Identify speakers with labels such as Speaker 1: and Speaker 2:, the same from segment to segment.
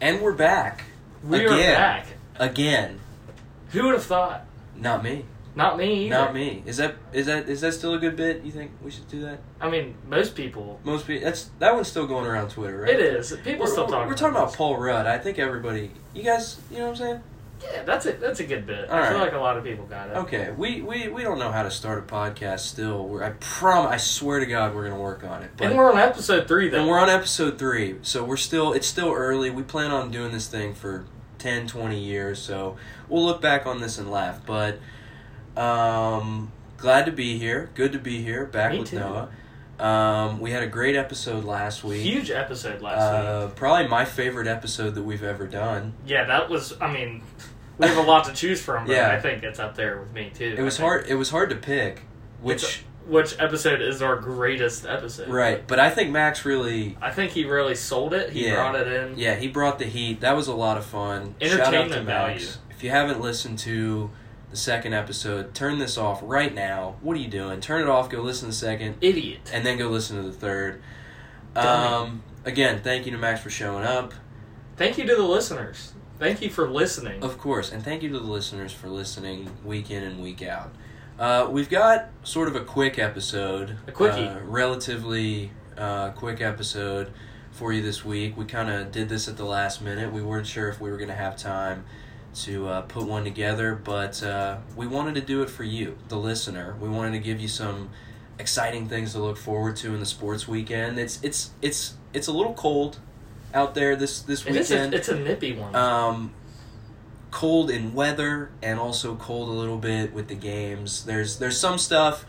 Speaker 1: And we're back.
Speaker 2: We
Speaker 1: Again.
Speaker 2: are back.
Speaker 1: Again.
Speaker 2: Who would have thought?
Speaker 1: Not me.
Speaker 2: Not me. Either.
Speaker 1: Not me. Is that is that is that still a good bit? You think we should do that?
Speaker 2: I mean, most people.
Speaker 1: Most people that's that one's still going around Twitter, right?
Speaker 2: It is. People
Speaker 1: We're,
Speaker 2: still
Speaker 1: we're-
Speaker 2: talk.
Speaker 1: We're talking about Paul Rudd. I think everybody you guys you know what I'm saying?
Speaker 2: this. Yeah, that's it. That's a good bit.
Speaker 1: All
Speaker 2: I feel
Speaker 1: right.
Speaker 2: like a lot of people got it.
Speaker 1: Okay. We we, we don't know how to start a podcast still. We're I prom I swear to God we're gonna work on it. But
Speaker 2: and we're on episode three, though.
Speaker 1: and we're on episode three, so we're still it's still early. We plan on doing this thing for 10, 20 years, so we'll look back on this and laugh. But um glad to be here. Good to be here, back
Speaker 2: Me
Speaker 1: with
Speaker 2: too.
Speaker 1: Noah. Um, we had a great episode last week.
Speaker 2: huge episode last week.
Speaker 1: Uh, probably my favorite episode that we've ever done.
Speaker 2: Yeah, that was. I mean, we have a lot to choose from. But
Speaker 1: Yeah.
Speaker 2: I think it's up there with me too.
Speaker 1: It was
Speaker 2: I think.
Speaker 1: hard. It was hard to pick which
Speaker 2: Which episode is our greatest episode?
Speaker 1: right, but I think Max really.
Speaker 2: I think he really sold it. He
Speaker 1: Yeah.
Speaker 2: brought it in.
Speaker 1: Yeah, he brought the heat. That was a lot of fun. Shout out to
Speaker 2: Entertainment
Speaker 1: Max.
Speaker 2: value.
Speaker 1: If you haven't listened to the second episode, turn this off right now. What are you doing? Turn it off. Go listen to the second,
Speaker 2: Idiot.
Speaker 1: and then go listen to the third.
Speaker 2: Dummy.
Speaker 1: Um, again, thank you to Max for showing up,
Speaker 2: Thank you to the listeners. Thank you for listening.
Speaker 1: of course, and thank you to the listeners for listening week in and week out. Uh, we've got sort of a quick episode,
Speaker 2: A quickie.
Speaker 1: uh, relatively uh, quick episode for you this week. We kind of did this at the last minute. We weren't sure if we were going to have time to uh, put one together, but uh, we wanted to do it for you, the listener. We wanted to give you some exciting things to look forward to in the sports weekend. It's it's it's it's a little cold out there this this
Speaker 2: It is
Speaker 1: weekend
Speaker 2: a, it's a nippy one.
Speaker 1: um, cold in weather and also cold a little bit with the games. There's there's some stuff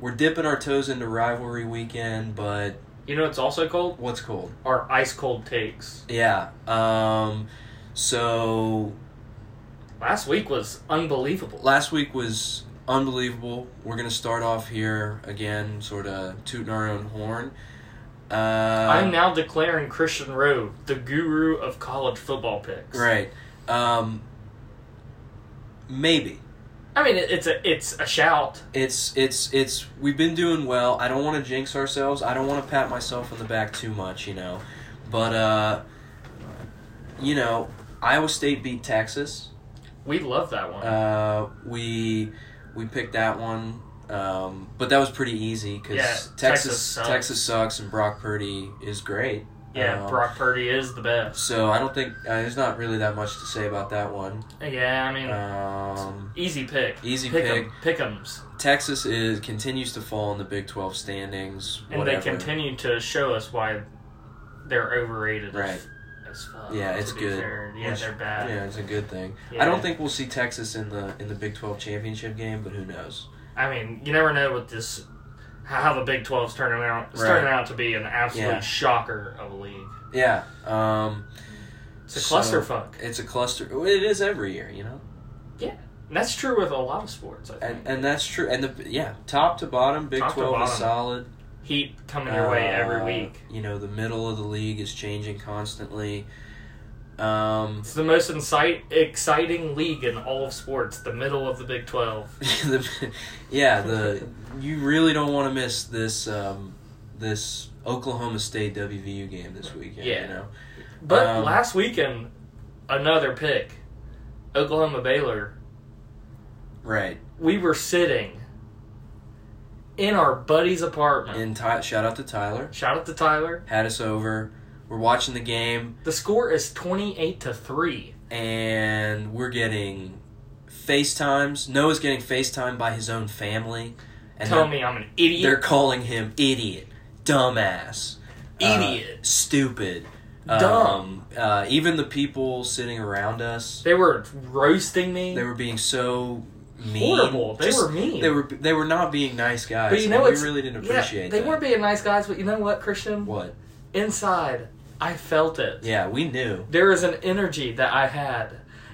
Speaker 1: we're dipping our toes into rivalry weekend, but
Speaker 2: you know, it's also cold.
Speaker 1: what's cold?
Speaker 2: Our ice cold takes.
Speaker 1: Yeah. Um, so
Speaker 2: Last week was unbelievable.
Speaker 1: last week was unbelievable. We're gonna start off here again, sort of tooting our own horn. Uh,
Speaker 2: I'm now declaring Christian Rowe the guru of college football picks.
Speaker 1: right. Um, maybe.
Speaker 2: I mean, it, it's a it's a shout.
Speaker 1: it's it's it's we've been doing well. I don't want to jinx ourselves. I don't want to pat myself on the back too much, you know. But uh you know, Iowa State beat Texas.
Speaker 2: We love that one.
Speaker 1: Uh we we picked that one. Um, but that was pretty easy because
Speaker 2: Yeah,
Speaker 1: Texas
Speaker 2: Texas
Speaker 1: Texas
Speaker 2: sucks.
Speaker 1: sucks. and Brock Purdy is great.
Speaker 2: yeah,
Speaker 1: uh,
Speaker 2: Brock Purdy is the best.
Speaker 1: So I don't think uh, there's not really that much to say about that one.
Speaker 2: Yeah, I mean,
Speaker 1: Um,
Speaker 2: easy pick.
Speaker 1: easy
Speaker 2: Pick
Speaker 1: pick.
Speaker 2: 'em, pick'ems,
Speaker 1: Texas is continues to fall in the Big Twelve standings.
Speaker 2: and
Speaker 1: whatever.
Speaker 2: they continue to show us why they're overrated.
Speaker 1: Right.
Speaker 2: As, as fuck.
Speaker 1: Yeah,
Speaker 2: to
Speaker 1: it's
Speaker 2: be
Speaker 1: good.
Speaker 2: fair. Yeah,
Speaker 1: Which-
Speaker 2: they're bad.
Speaker 1: Yeah, it's a good thing.
Speaker 2: Yeah.
Speaker 1: I don't think we'll see Texas in the in the Big Twelve championship game, but who knows?
Speaker 2: I mean, you never know what this how the Big 12's turning out. It's
Speaker 1: Right.
Speaker 2: turning out to be an absolute
Speaker 1: Yeah.
Speaker 2: shocker of a league.
Speaker 1: Yeah, um,
Speaker 2: It's a
Speaker 1: So-
Speaker 2: clusterfuck.
Speaker 1: it's a cluster. It is every year, you know,
Speaker 2: And that's true with a lot of sports. I think
Speaker 1: and and that's true. And the yeah, top to bottom, Big
Speaker 2: Top to
Speaker 1: Twelve
Speaker 2: bottom.
Speaker 1: is solid.
Speaker 2: heat coming your way every
Speaker 1: Uh,
Speaker 2: week.
Speaker 1: You know, the middle of the league is changing constantly. Um,
Speaker 2: It's the most incite, exciting league in all of sports. The middle of the Big 12.
Speaker 1: the, yeah, the you really don't want to miss this um, this Oklahoma State WVU game this weekend.
Speaker 2: Yeah.
Speaker 1: you know.
Speaker 2: But
Speaker 1: Um,
Speaker 2: last weekend, another pick, Oklahoma Baylor.
Speaker 1: Right.
Speaker 2: We were sitting in our buddy's apartment.
Speaker 1: And Ty- shout out to Tyler.
Speaker 2: Shout out to Tyler.
Speaker 1: had us over. We're watching the game,
Speaker 2: The score is 28 to three.
Speaker 1: and we're getting FaceTimes. Noah's getting FaceTime by his own family, and
Speaker 2: Tell
Speaker 1: they're,
Speaker 2: me I'm an
Speaker 1: they're
Speaker 2: idiot.
Speaker 1: calling him idiot, dumbass, uh,
Speaker 2: Idiot.
Speaker 1: stupid,
Speaker 2: Dumb.
Speaker 1: Um, uh, even the people sitting around us,
Speaker 2: they were roasting me.
Speaker 1: they were being so mean.
Speaker 2: horrible. They
Speaker 1: Just-
Speaker 2: were mean.
Speaker 1: They were they were not being nice guys.
Speaker 2: But you know
Speaker 1: and
Speaker 2: it's-
Speaker 1: we really didn't
Speaker 2: yeah,
Speaker 1: appreciate.
Speaker 2: they
Speaker 1: that.
Speaker 2: weren't being nice guys, but you know what, Christian?
Speaker 1: What?
Speaker 2: Inside, I felt it.
Speaker 1: Yeah, we knew.
Speaker 2: There is an energy that I had,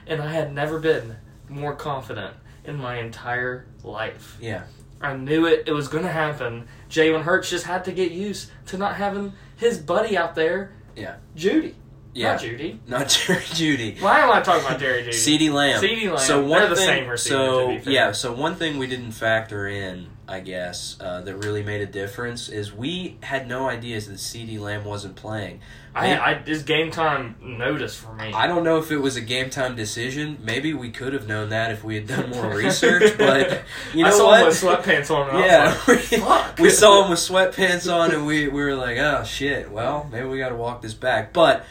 Speaker 2: and I had never been more confident in my entire life.
Speaker 1: Yeah,
Speaker 2: I knew it. It was going to happen. Jalen Hurts just had to get used to not having his buddy out there,
Speaker 1: yeah,
Speaker 2: Judy.
Speaker 1: yeah.
Speaker 2: Not Judy.
Speaker 1: Not Jerry Judy.
Speaker 2: Why am I talking about Jerry Judy?
Speaker 1: CD Lamb.
Speaker 2: CeeDee Lamb.
Speaker 1: So one
Speaker 2: They're the
Speaker 1: thing,
Speaker 2: same receiver,
Speaker 1: So
Speaker 2: to be fair.
Speaker 1: yeah. So one thing we didn't factor in I guess, uh, that really made a difference is we had no ideas that C.D. Lamb wasn't playing.
Speaker 2: I, I this game time notice for me.
Speaker 1: I don't know if it was a game time decision. Maybe we could have known that if we had done more research, but you know
Speaker 2: I saw
Speaker 1: what?
Speaker 2: him with sweatpants on. And I
Speaker 1: yeah,
Speaker 2: was
Speaker 1: we,
Speaker 2: like, fuck.
Speaker 1: we saw him with sweatpants on, and we, we were like, oh shit. Well, maybe we got to walk this back. But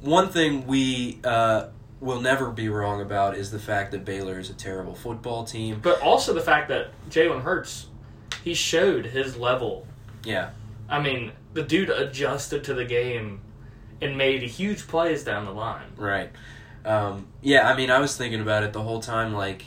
Speaker 1: one thing we uh, will never be wrong about is the fact that Baylor is a terrible football team.
Speaker 2: But also the fact that Jalen Hurts, he showed his level.
Speaker 1: Yeah,
Speaker 2: I mean, the dude adjusted to the game and made huge plays down the line.
Speaker 1: right. Um, yeah, I mean, I was thinking about it the whole time. Like,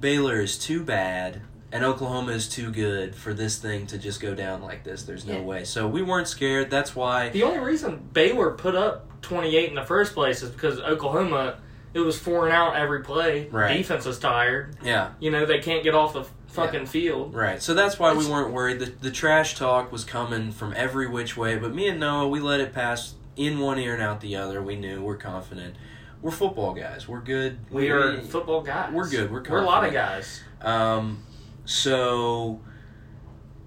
Speaker 1: Baylor is too bad. And Oklahoma is too good for this thing to just go down like this. There's no
Speaker 2: Yeah.
Speaker 1: way. So we weren't scared. That's why.
Speaker 2: The only reason Baylor put up 28 in the first place is because Oklahoma, it was four and out every play.
Speaker 1: Right.
Speaker 2: Defense was tired.
Speaker 1: Yeah.
Speaker 2: You know, they can't get off the fucking field.
Speaker 1: Right. So that's why we
Speaker 2: It's-
Speaker 1: weren't worried. The, the trash talk was coming from every which way, but me and Noah, we let it pass in one ear and out the other. We knew. We're confident. We're football guys. We're good.
Speaker 2: We are football guys.
Speaker 1: We're good. We're
Speaker 2: We're a lot of
Speaker 1: confident.
Speaker 2: guys.
Speaker 1: Um, so,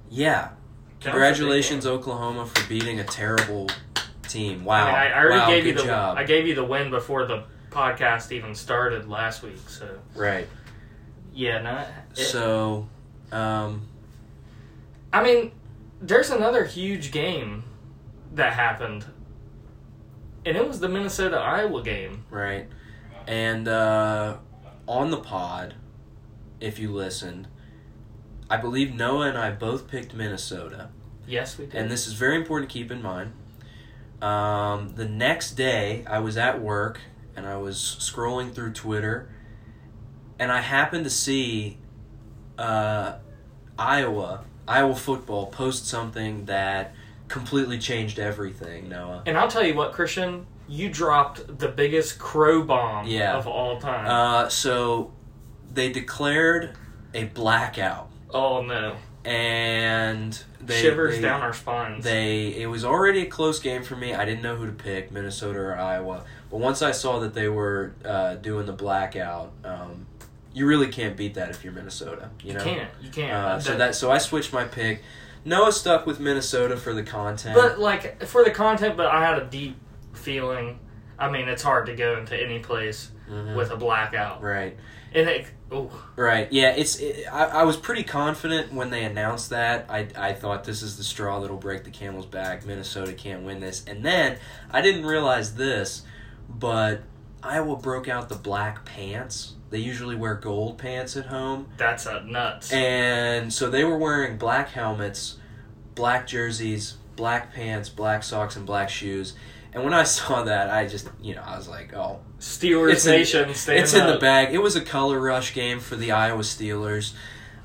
Speaker 1: yeah.
Speaker 2: That was a big
Speaker 1: Congratulations,
Speaker 2: game.
Speaker 1: Oklahoma, for beating a terrible team.
Speaker 2: I,
Speaker 1: Wow.
Speaker 2: mean, I I already
Speaker 1: wow,
Speaker 2: gave you
Speaker 1: good
Speaker 2: the
Speaker 1: job.
Speaker 2: I gave you the win before the podcast even started last week. So
Speaker 1: Right.
Speaker 2: yeah, no. it-
Speaker 1: So, um,
Speaker 2: I mean, there's another huge game that happened, and it was the Minnesota Iowa game.
Speaker 1: Right. And uh, on the pod, if you listened, I believe Noah and I both picked Minnesota.
Speaker 2: Yes, we did.
Speaker 1: And this is very important to keep in mind. Um, the next day, I was at work and I was scrolling through Twitter, and I happened to see uh, Iowa, Iowa football, post something that completely changed everything, Noah.
Speaker 2: and I'll tell you what, Christian, you dropped the biggest crow bomb
Speaker 1: Yeah.
Speaker 2: of all time.
Speaker 1: Uh, so they declared a blackout.
Speaker 2: oh no,
Speaker 1: and they,
Speaker 2: shivers
Speaker 1: they-
Speaker 2: down our spines.
Speaker 1: They it was already a close game for me. I didn't know who to pick, Minnesota or Iowa. But once I saw that they were uh, doing the blackout, um, you really can't beat that if you're Minnesota. You,
Speaker 2: you
Speaker 1: know,
Speaker 2: can't. You can't.
Speaker 1: Uh, so
Speaker 2: The-
Speaker 1: that so I switched my pick. Noah stuck with Minnesota for the content.
Speaker 2: But like for the content, but I had a deep feeling. I mean, it's hard to go into any place
Speaker 1: Mhm.
Speaker 2: with a blackout,
Speaker 1: right,
Speaker 2: and it. Oh,
Speaker 1: right, yeah. It's it, I, I was pretty confident when they announced that. I I thought this is the straw that'll break the camel's back. Minnesota can't win this, and then I didn't realize this, but Iowa broke out the black pants. They usually wear gold pants at home.
Speaker 2: that's a nuts.
Speaker 1: And so they were wearing black helmets, black jerseys, black pants, black socks, and black shoes. And when I saw that, I just, you know, I was like, oh,
Speaker 2: Steelers
Speaker 1: It's in-
Speaker 2: Nation, stand
Speaker 1: it's in the
Speaker 2: up.
Speaker 1: bag. It was a color rush game for the Iowa Steelers.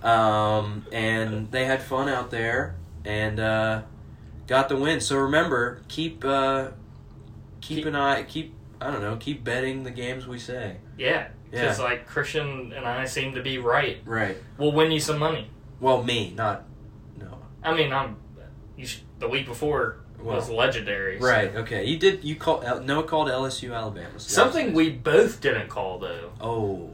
Speaker 1: Um, and they had fun out there and uh, got the win. So remember, keep uh, keep,
Speaker 2: Keep-
Speaker 1: an eye keep I don't know, keep betting the games we say.
Speaker 2: Yeah,
Speaker 1: Yeah.
Speaker 2: because like Christian and I seem to be right.
Speaker 1: Right.
Speaker 2: We'll win you some money.
Speaker 1: Well, me, not no.
Speaker 2: I mean, I'm. You sh the week before
Speaker 1: Well,
Speaker 2: was legendary. so-
Speaker 1: Right. Okay. You did. You called. L- Noah called LSU Alabama. so that was
Speaker 2: Something
Speaker 1: nice.
Speaker 2: we both didn't call though.
Speaker 1: Oh.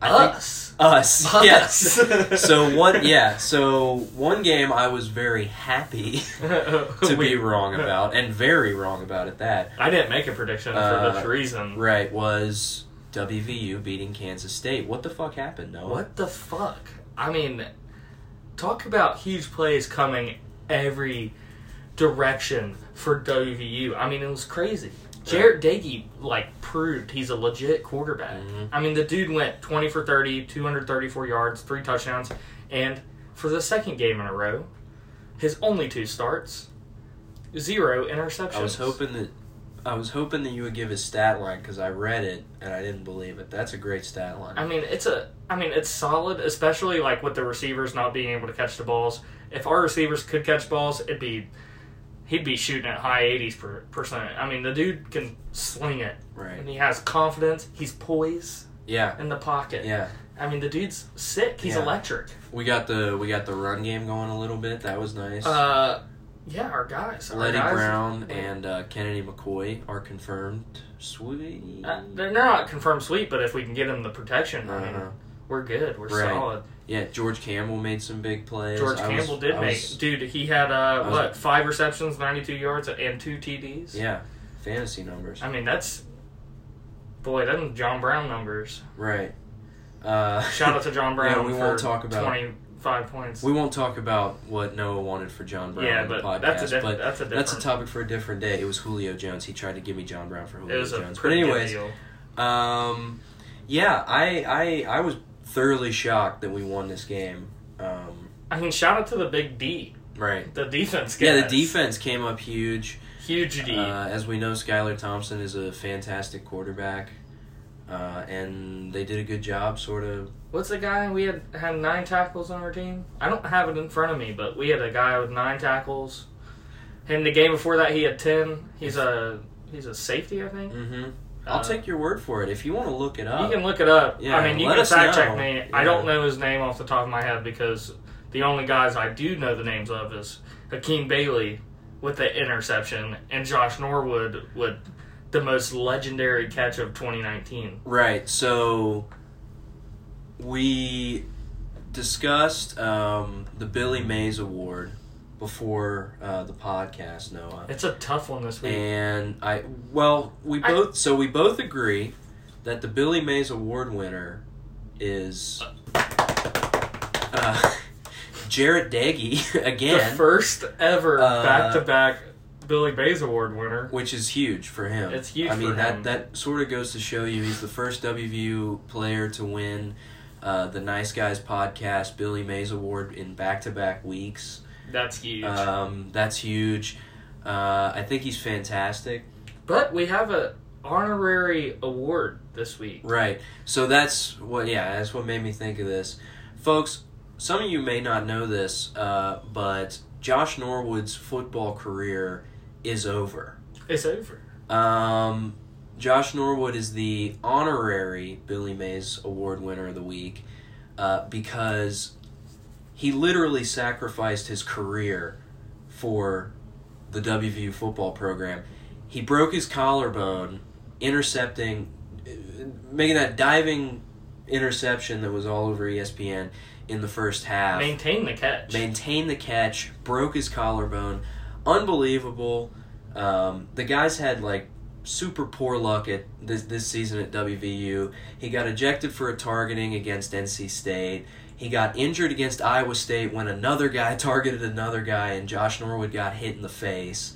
Speaker 1: I think
Speaker 2: Us.
Speaker 1: us.
Speaker 2: Us.
Speaker 1: Yes. so one. Yeah. So one game I was very happy to
Speaker 2: We-
Speaker 1: be wrong about, and very wrong about at that.
Speaker 2: I didn't make a prediction
Speaker 1: Uh,
Speaker 2: for this reason.
Speaker 1: Right. Was WVU beating Kansas State? What the fuck happened, Noah?
Speaker 2: What the fuck? I mean, talk about huge plays coming every direction for WVU. I mean, it was crazy. Jarrett Dagey, like, proved he's a legit quarterback.
Speaker 1: Mhm.
Speaker 2: I mean, the dude went 20 for 30, 234 yards, three touchdowns, and for the second game in a row, his only two starts, zero interceptions.
Speaker 1: I was hoping that. I was hoping that you would give his stat line because I read it and I didn't believe it. That's a great stat line.
Speaker 2: I mean, it's a. I mean, it's solid, especially like with the receivers not being able to catch the balls. If our receivers could catch balls, it'd be he'd be shooting at high eighties per, percent. I mean, the dude can sling it,
Speaker 1: right.
Speaker 2: and he has confidence. He's poised
Speaker 1: Yeah.
Speaker 2: in the pocket.
Speaker 1: Yeah.
Speaker 2: I mean, the dude's sick. He's
Speaker 1: Yeah.
Speaker 2: electric.
Speaker 1: We got the we got the run game going a little bit. That was nice.
Speaker 2: Uh, yeah, our guys. Our
Speaker 1: Letty
Speaker 2: guys,
Speaker 1: Brown and uh, Kennedy McCoy are confirmed. Sweet.
Speaker 2: Uh, they're not confirmed sweep, but if we can get him the protection, I mean,
Speaker 1: Uh-huh.
Speaker 2: we're good. We're
Speaker 1: Right.
Speaker 2: solid.
Speaker 1: Yeah, George Campbell made some big plays.
Speaker 2: George
Speaker 1: I was-
Speaker 2: Campbell did
Speaker 1: I
Speaker 2: make
Speaker 1: was-
Speaker 2: dude. He had uh,
Speaker 1: was-
Speaker 2: what five receptions, ninety two yards, and two TDs.
Speaker 1: yeah, fantasy numbers.
Speaker 2: I mean that's boy, them John Brown numbers.
Speaker 1: Right. Uh,
Speaker 2: Shout out to John Brown.
Speaker 1: Yeah, we
Speaker 2: for
Speaker 1: won't talk about-
Speaker 2: twenty five points.
Speaker 1: We won't talk about what Noah wanted for John Brown
Speaker 2: yeah,
Speaker 1: on the
Speaker 2: but
Speaker 1: podcast,
Speaker 2: that's a diff-
Speaker 1: but
Speaker 2: that's a different.
Speaker 1: that's a topic for a different day. It was Julio Jones. He tried to give me John Brown for
Speaker 2: it
Speaker 1: Julio
Speaker 2: was a
Speaker 1: Jones. But
Speaker 2: pretty
Speaker 1: anyways,
Speaker 2: good deal.
Speaker 1: um, yeah, I, I I was thoroughly shocked that we won this game. Um,
Speaker 2: I mean, shout out to the big D,
Speaker 1: right.
Speaker 2: the defense. Guys.
Speaker 1: Yeah, the defense came up huge.
Speaker 2: huge D.
Speaker 1: Uh, as we know, Skylar Thompson is a fantastic quarterback, uh, and they did a good job, sort of.
Speaker 2: What's the guy we had had nine tackles on our team? I don't have it in front of me, but we had a guy with nine tackles. And the game before that, he had ten. He's a he's a safety, I think.
Speaker 1: Mm-hmm. I'll
Speaker 2: Uh,
Speaker 1: take your word for it. If you want to look it
Speaker 2: You
Speaker 1: up,
Speaker 2: can look it up.
Speaker 1: Uh, yeah,
Speaker 2: I mean, you
Speaker 1: let
Speaker 2: can
Speaker 1: us
Speaker 2: fact check
Speaker 1: know.
Speaker 2: me.
Speaker 1: Yeah.
Speaker 2: I don't know his name off the top of my head because the only guys I do know the names of is Hakeem Bailey with the interception and Josh Norwood with the most legendary catch of 2019.
Speaker 1: Right. So we discussed um, the Billy Mays Award before uh, the podcast, Noah,
Speaker 2: It's a tough one this week.
Speaker 1: and I. Well, we
Speaker 2: I-
Speaker 1: both. so we both agree that the Billy Mays Award winner is uh, Jarrett Daggy
Speaker 2: The
Speaker 1: again,
Speaker 2: first ever
Speaker 1: Uh,
Speaker 2: back to back Billy Bays Award winner.
Speaker 1: which is huge for him.
Speaker 2: It's huge
Speaker 1: I mean
Speaker 2: for
Speaker 1: that
Speaker 2: him.
Speaker 1: that sort of goes to show you he's the first WVU player to win uh, the Nice Guys podcast Billy Mays Award in back to back weeks.
Speaker 2: That's huge.
Speaker 1: Um, that's huge. Uh, I think he's fantastic.
Speaker 2: but we have a honorary award this week.
Speaker 1: Right. So that's what. Yeah, that's what made me think of this, folks. Some of you may not know this, uh, but Josh Norwood's football career is over.
Speaker 2: It's over.
Speaker 1: Um, Josh Norwood is the honorary Billy Mays Award winner of the week uh, because he literally sacrificed his career for the WVU football program. He broke his collarbone intercepting, making that diving interception that was all over E ESPN in the first half
Speaker 2: Maintain the catch.
Speaker 1: maintained the catch, broke his collarbone. Unbelievable. Um, the guys had like super poor luck at this this season at WVU. He got ejected for a targeting against NC State. He got injured against Iowa State when another guy targeted another guy and Josh Norwood got hit in the face.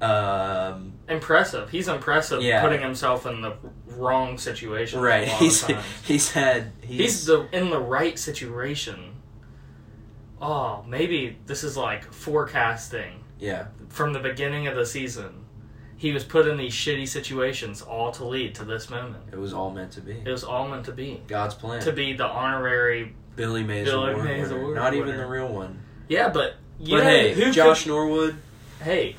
Speaker 1: Um,
Speaker 2: impressive. He's impressive
Speaker 1: Yeah.
Speaker 2: putting himself in the wrong situation.
Speaker 1: right.
Speaker 2: a lot of
Speaker 1: He's
Speaker 2: times.
Speaker 1: he's had
Speaker 2: he's, the in the right situation. Oh, maybe this is like forecasting
Speaker 1: yeah.
Speaker 2: from the beginning of the season. He was put in these shitty situations, all to lead to this moment.
Speaker 1: It was all meant to be.
Speaker 2: It was all meant to be.
Speaker 1: God's plan.
Speaker 2: To be the honorary,
Speaker 1: Billy Mays,
Speaker 2: Billy
Speaker 1: Award,
Speaker 2: Mays
Speaker 1: winner.
Speaker 2: Award
Speaker 1: Not even
Speaker 2: winner.
Speaker 1: the real one.
Speaker 2: yeah, but you
Speaker 1: but
Speaker 2: know
Speaker 1: hey,
Speaker 2: who
Speaker 1: Josh Norwood.
Speaker 2: could- hey,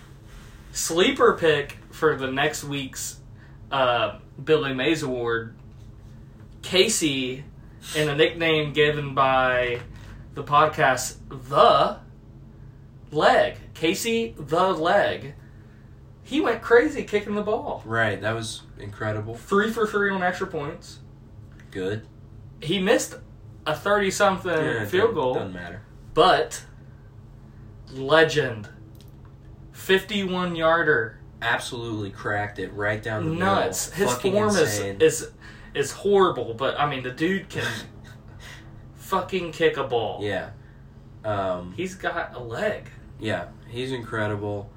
Speaker 2: sleeper pick for the next week's uh, Billy Mays Award, Casey, in a nickname given by the podcast The Leg, Casey the Leg, he went crazy kicking the ball,
Speaker 1: Right, that was incredible.
Speaker 2: three for three on extra points.
Speaker 1: Good.
Speaker 2: He missed a thirty-something
Speaker 1: Yeah,
Speaker 2: Uh, field
Speaker 1: doesn't-
Speaker 2: goal.
Speaker 1: Doesn't matter.
Speaker 2: But legend, fifty-one yarder,
Speaker 1: Absolutely cracked it right down the middle.
Speaker 2: nuts. His
Speaker 1: Fucking
Speaker 2: form
Speaker 1: insane.
Speaker 2: is is is horrible, but I mean the dude can fucking kick a ball.
Speaker 1: yeah. Um,
Speaker 2: He's got a leg.
Speaker 1: yeah, he's incredible.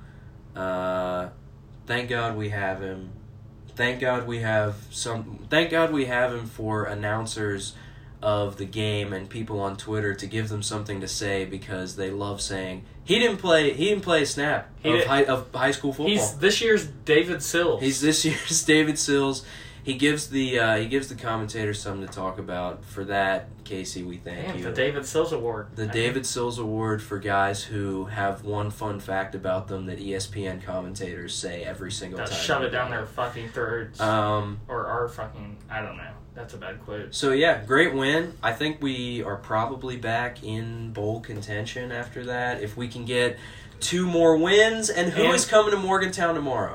Speaker 1: Uh, thank God we have him. Thank God we have some. Thank God we have him for announcers of the game and people on Twitter to give them something to say because they love saying he didn't play. He didn't play a snap
Speaker 2: He
Speaker 1: of
Speaker 2: did-
Speaker 1: high of high school football.
Speaker 2: He's this year's David Sills.
Speaker 1: He's this year's David Sills. He gives the uh, he gives the commentators something to talk about. For that, Casey, we thank
Speaker 2: Damn,
Speaker 1: you.
Speaker 2: the David Sills Award.
Speaker 1: The David Sills Award for guys who have one fun fact about them that E ESPN commentators say every single
Speaker 2: Now
Speaker 1: time.
Speaker 2: shove it down their fucking throats.
Speaker 1: Um.
Speaker 2: or our fucking I don't know. That's a bad quote.
Speaker 1: So yeah, great win. I think we are probably back in bowl contention after that if we can get two more wins. And who is
Speaker 2: And-
Speaker 1: coming to Morgantown tomorrow?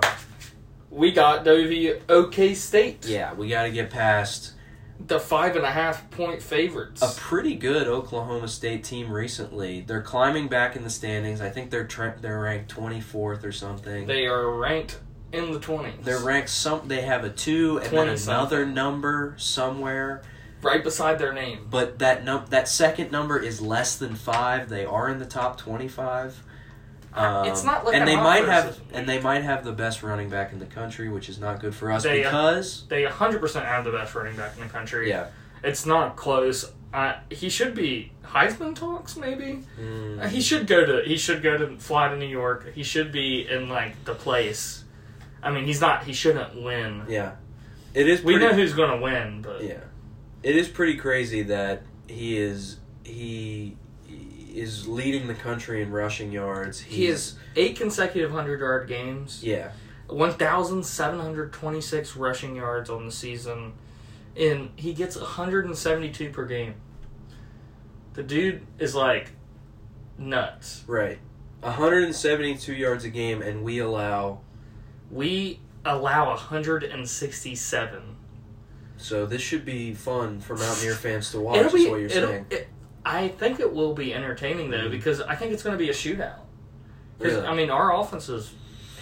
Speaker 2: We got WVU OK State.
Speaker 1: Yeah, we got to get past
Speaker 2: the five and a half point favorites.
Speaker 1: a pretty good Oklahoma State team recently. They're climbing back in the standings. I think they're tra- they're ranked twenty fourth or something.
Speaker 2: They are ranked in the 20s.
Speaker 1: They're ranked some. They have a two and then
Speaker 2: 20
Speaker 1: another
Speaker 2: something.
Speaker 1: number somewhere.
Speaker 2: right beside their name.
Speaker 1: But that num that second number is less than five. They are in the top twenty five. Um,
Speaker 2: It's not like
Speaker 1: and
Speaker 2: I'm
Speaker 1: they
Speaker 2: up
Speaker 1: might
Speaker 2: for
Speaker 1: have
Speaker 2: decision.
Speaker 1: and they might have the best running back in the country, which is not good for us
Speaker 2: They, uh,
Speaker 1: because
Speaker 2: They 100% have the best running back in the country.
Speaker 1: yeah,
Speaker 2: It's not close. Uh, he should be Heisman talks maybe.
Speaker 1: Mm,
Speaker 2: Uh, He should go to he should go to fly to New York. He should be in like the place. I mean, he's not. He shouldn't win.
Speaker 1: yeah. It is.
Speaker 2: We
Speaker 1: pretty-
Speaker 2: know who's going to win, but
Speaker 1: Yeah, it is pretty crazy that he is he is leading the country in rushing yards.
Speaker 2: he has eight consecutive hundred yard games,
Speaker 1: yeah,
Speaker 2: one thousand seven hundred twenty six rushing yards on the season, and he gets one hundred and seventy two per game. The dude is like nuts.
Speaker 1: right. 172 yards a game, and we allow.
Speaker 2: We allow one hundred and sixty seven.
Speaker 1: So this should be fun for Mountaineer fans to watch.
Speaker 2: It'll
Speaker 1: Is
Speaker 2: be.
Speaker 1: what you're
Speaker 2: it'll-
Speaker 1: saying? Mm-hmm.
Speaker 2: it- I think it will be entertaining though because I think it's going to be a shootout. 'Cause,
Speaker 1: Really?
Speaker 2: I mean, our offense is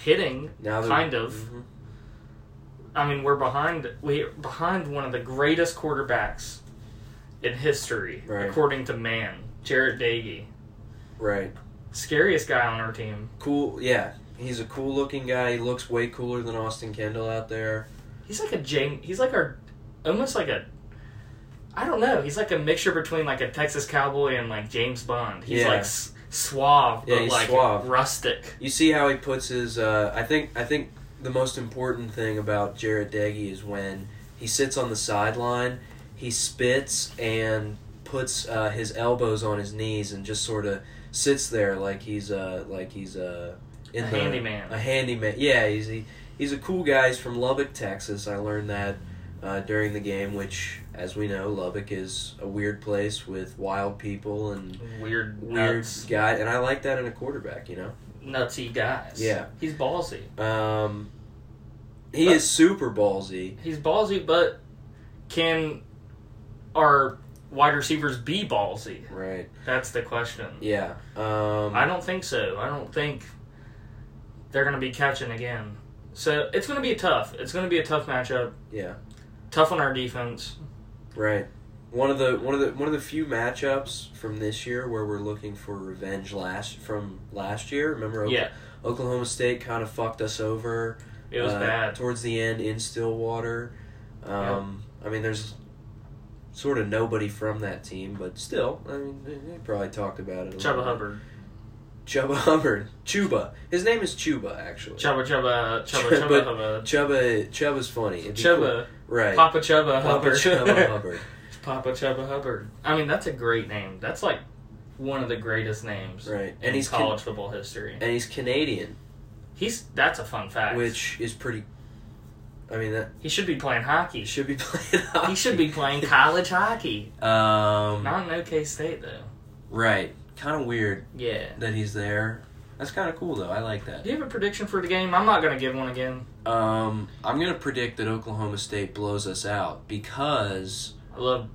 Speaker 2: hitting.
Speaker 1: Now that-
Speaker 2: kind of.
Speaker 1: Mhm.
Speaker 2: I mean, we're behind. We're behind one of the greatest quarterbacks in history,
Speaker 1: Right.
Speaker 2: according to Man, Jarrett Dagey,
Speaker 1: right.
Speaker 2: scariest guy on our team.
Speaker 1: Cool. Yeah, he's a cool looking guy. He looks way cooler than Austin Kendall out there.
Speaker 2: He's like a Jane. He's like our, almost like a. I don't know. He's like a mixture between like a Texas cowboy and like James Bond. He's
Speaker 1: Yeah.
Speaker 2: like s- suave,
Speaker 1: Yeah,
Speaker 2: but
Speaker 1: he's
Speaker 2: like
Speaker 1: suave.
Speaker 2: rustic.
Speaker 1: You see how he puts his. Uh, I think. I think the most important thing about Jared Daggy is when he sits on the sideline, he spits and puts uh, his elbows on his knees and just sort of sits there like he's uh like he's uh, in
Speaker 2: A
Speaker 1: the-
Speaker 2: handyman.
Speaker 1: A handyman. Yeah, he's he, he's a cool guy. He's from Lubbock, Texas. I learned that. Uh, during the game, which, as we know, Lubbock is a weird place with wild people and
Speaker 2: Weird,
Speaker 1: weird
Speaker 2: nuts,
Speaker 1: guy, and I like that in a quarterback, you know.
Speaker 2: nutsy guys.
Speaker 1: Yeah.
Speaker 2: he's ballsy.
Speaker 1: Um, he
Speaker 2: But-
Speaker 1: is super ballsy.
Speaker 2: He's ballsy, but can our wide receivers be ballsy?
Speaker 1: Right.
Speaker 2: That's the question.
Speaker 1: Yeah. Um,
Speaker 2: I don't think so. I don't think they're going to be catching again. So it's going to be tough. It's going to be a tough matchup.
Speaker 1: Yeah.
Speaker 2: Tough on our defense.
Speaker 1: Right. One of the one of the one of the few matchups from this year where we're looking for revenge last from last year. Remember, Ok-
Speaker 2: Yeah,
Speaker 1: Oklahoma State kind of fucked us over.
Speaker 2: it was
Speaker 1: uh,
Speaker 2: bad.
Speaker 1: towards the end in Stillwater. Um, I mean, there's sort of nobody from that team, but still, I mean, they, they probably talked about it. A
Speaker 2: Chubba
Speaker 1: little bit.
Speaker 2: Hubbard.
Speaker 1: Chubba Hubbard. Chuba. His name is Chuba, actually.
Speaker 2: Chubba Chubba Chubba Chubba
Speaker 1: But-
Speaker 2: Hubbard.
Speaker 1: Chubba Chubba's funny. It'd be cool.
Speaker 2: Chubba.
Speaker 1: Right.
Speaker 2: Papa Chubba
Speaker 1: Papa
Speaker 2: Hubbard.
Speaker 1: Chubba Hubbard.
Speaker 2: Papa Chubba Hubbard. I mean, that's a great name. That's like one of the greatest names
Speaker 1: Right.
Speaker 2: in
Speaker 1: And he's
Speaker 2: college
Speaker 1: Can-
Speaker 2: football history.
Speaker 1: and he's Canadian,
Speaker 2: He's that's a fun fact.
Speaker 1: which is pretty I mean that
Speaker 2: he should be playing
Speaker 1: he
Speaker 2: hockey.
Speaker 1: should be playing hockey.
Speaker 2: He should be playing college hockey.
Speaker 1: Um
Speaker 2: Not in OK State though.
Speaker 1: Right. Kinda weird
Speaker 2: Yeah.
Speaker 1: that he's there. That's kinda cool though. I like that.
Speaker 2: Do you have a prediction for the game? I'm not gonna give one again.
Speaker 1: Um I'm gonna predict that Oklahoma State blows us out because
Speaker 2: I love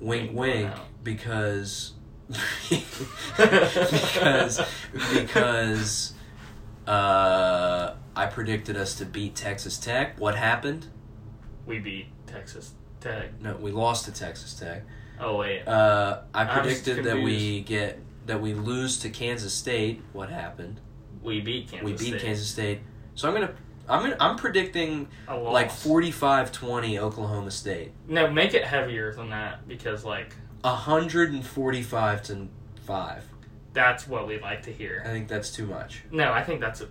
Speaker 1: wink
Speaker 2: Wink,
Speaker 1: wink
Speaker 2: blown out.
Speaker 1: because because because uh, I predicted us to beat Texas Tech. What happened?
Speaker 2: we beat Texas Tech.
Speaker 1: No, we lost to Texas Tech.
Speaker 2: Oh wait.
Speaker 1: Uh, I
Speaker 2: I'm
Speaker 1: predicted that we
Speaker 2: confused.
Speaker 1: get that we lose to Kansas State. What happened?
Speaker 2: We beat Kansas
Speaker 1: we beat
Speaker 2: State.
Speaker 1: Kansas State. So I'm gonna I'm gonna I'm predicting
Speaker 2: A loss.
Speaker 1: like 45-20 Oklahoma State.
Speaker 2: No, make it heavier than that because like
Speaker 1: 145 to 5.
Speaker 2: that's what we like to
Speaker 1: I
Speaker 2: hear.
Speaker 1: think that's too much.
Speaker 2: No, I think that's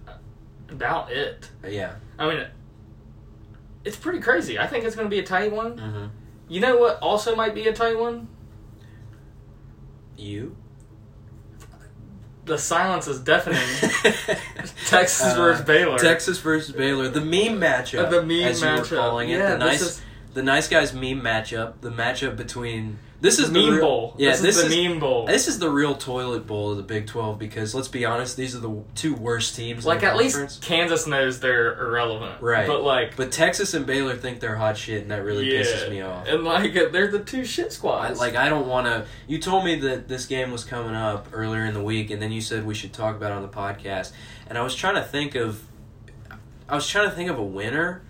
Speaker 2: about it.
Speaker 1: But yeah.
Speaker 2: I mean it's pretty crazy. I think it's gonna be a tight one.
Speaker 1: Mhm.
Speaker 2: You know what also might be a tight one?
Speaker 1: You?
Speaker 2: The silence is deafening. Texas
Speaker 1: Uh,
Speaker 2: versus Baylor.
Speaker 1: Texas versus Baylor, the meme matchup.
Speaker 2: Uh, the meme
Speaker 1: as you
Speaker 2: matchup.
Speaker 1: were calling it.
Speaker 2: Yeah,
Speaker 1: the nice,
Speaker 2: this is-
Speaker 1: the nice guys meme matchup. The matchup between This is
Speaker 2: meme
Speaker 1: the real,
Speaker 2: bowl.
Speaker 1: Yeah,
Speaker 2: this, is the meme bowl.
Speaker 1: This is the real toilet bowl of the Big Twelve because let's be honest, these are the two worst teams.
Speaker 2: like
Speaker 1: in the
Speaker 2: at
Speaker 1: conference.
Speaker 2: least Kansas knows they're irrelevant,
Speaker 1: Right.
Speaker 2: But like,
Speaker 1: But Texas and Baylor think they're hot shit, and that really
Speaker 2: yeah.
Speaker 1: pisses me off.
Speaker 2: And like, uh, they're the two shit
Speaker 1: I,
Speaker 2: squads.
Speaker 1: like I don't want to. You told me that this game was coming up earlier in the week, and then you said we should talk about it on the podcast. And I was trying to think of, I was trying to think of a winner,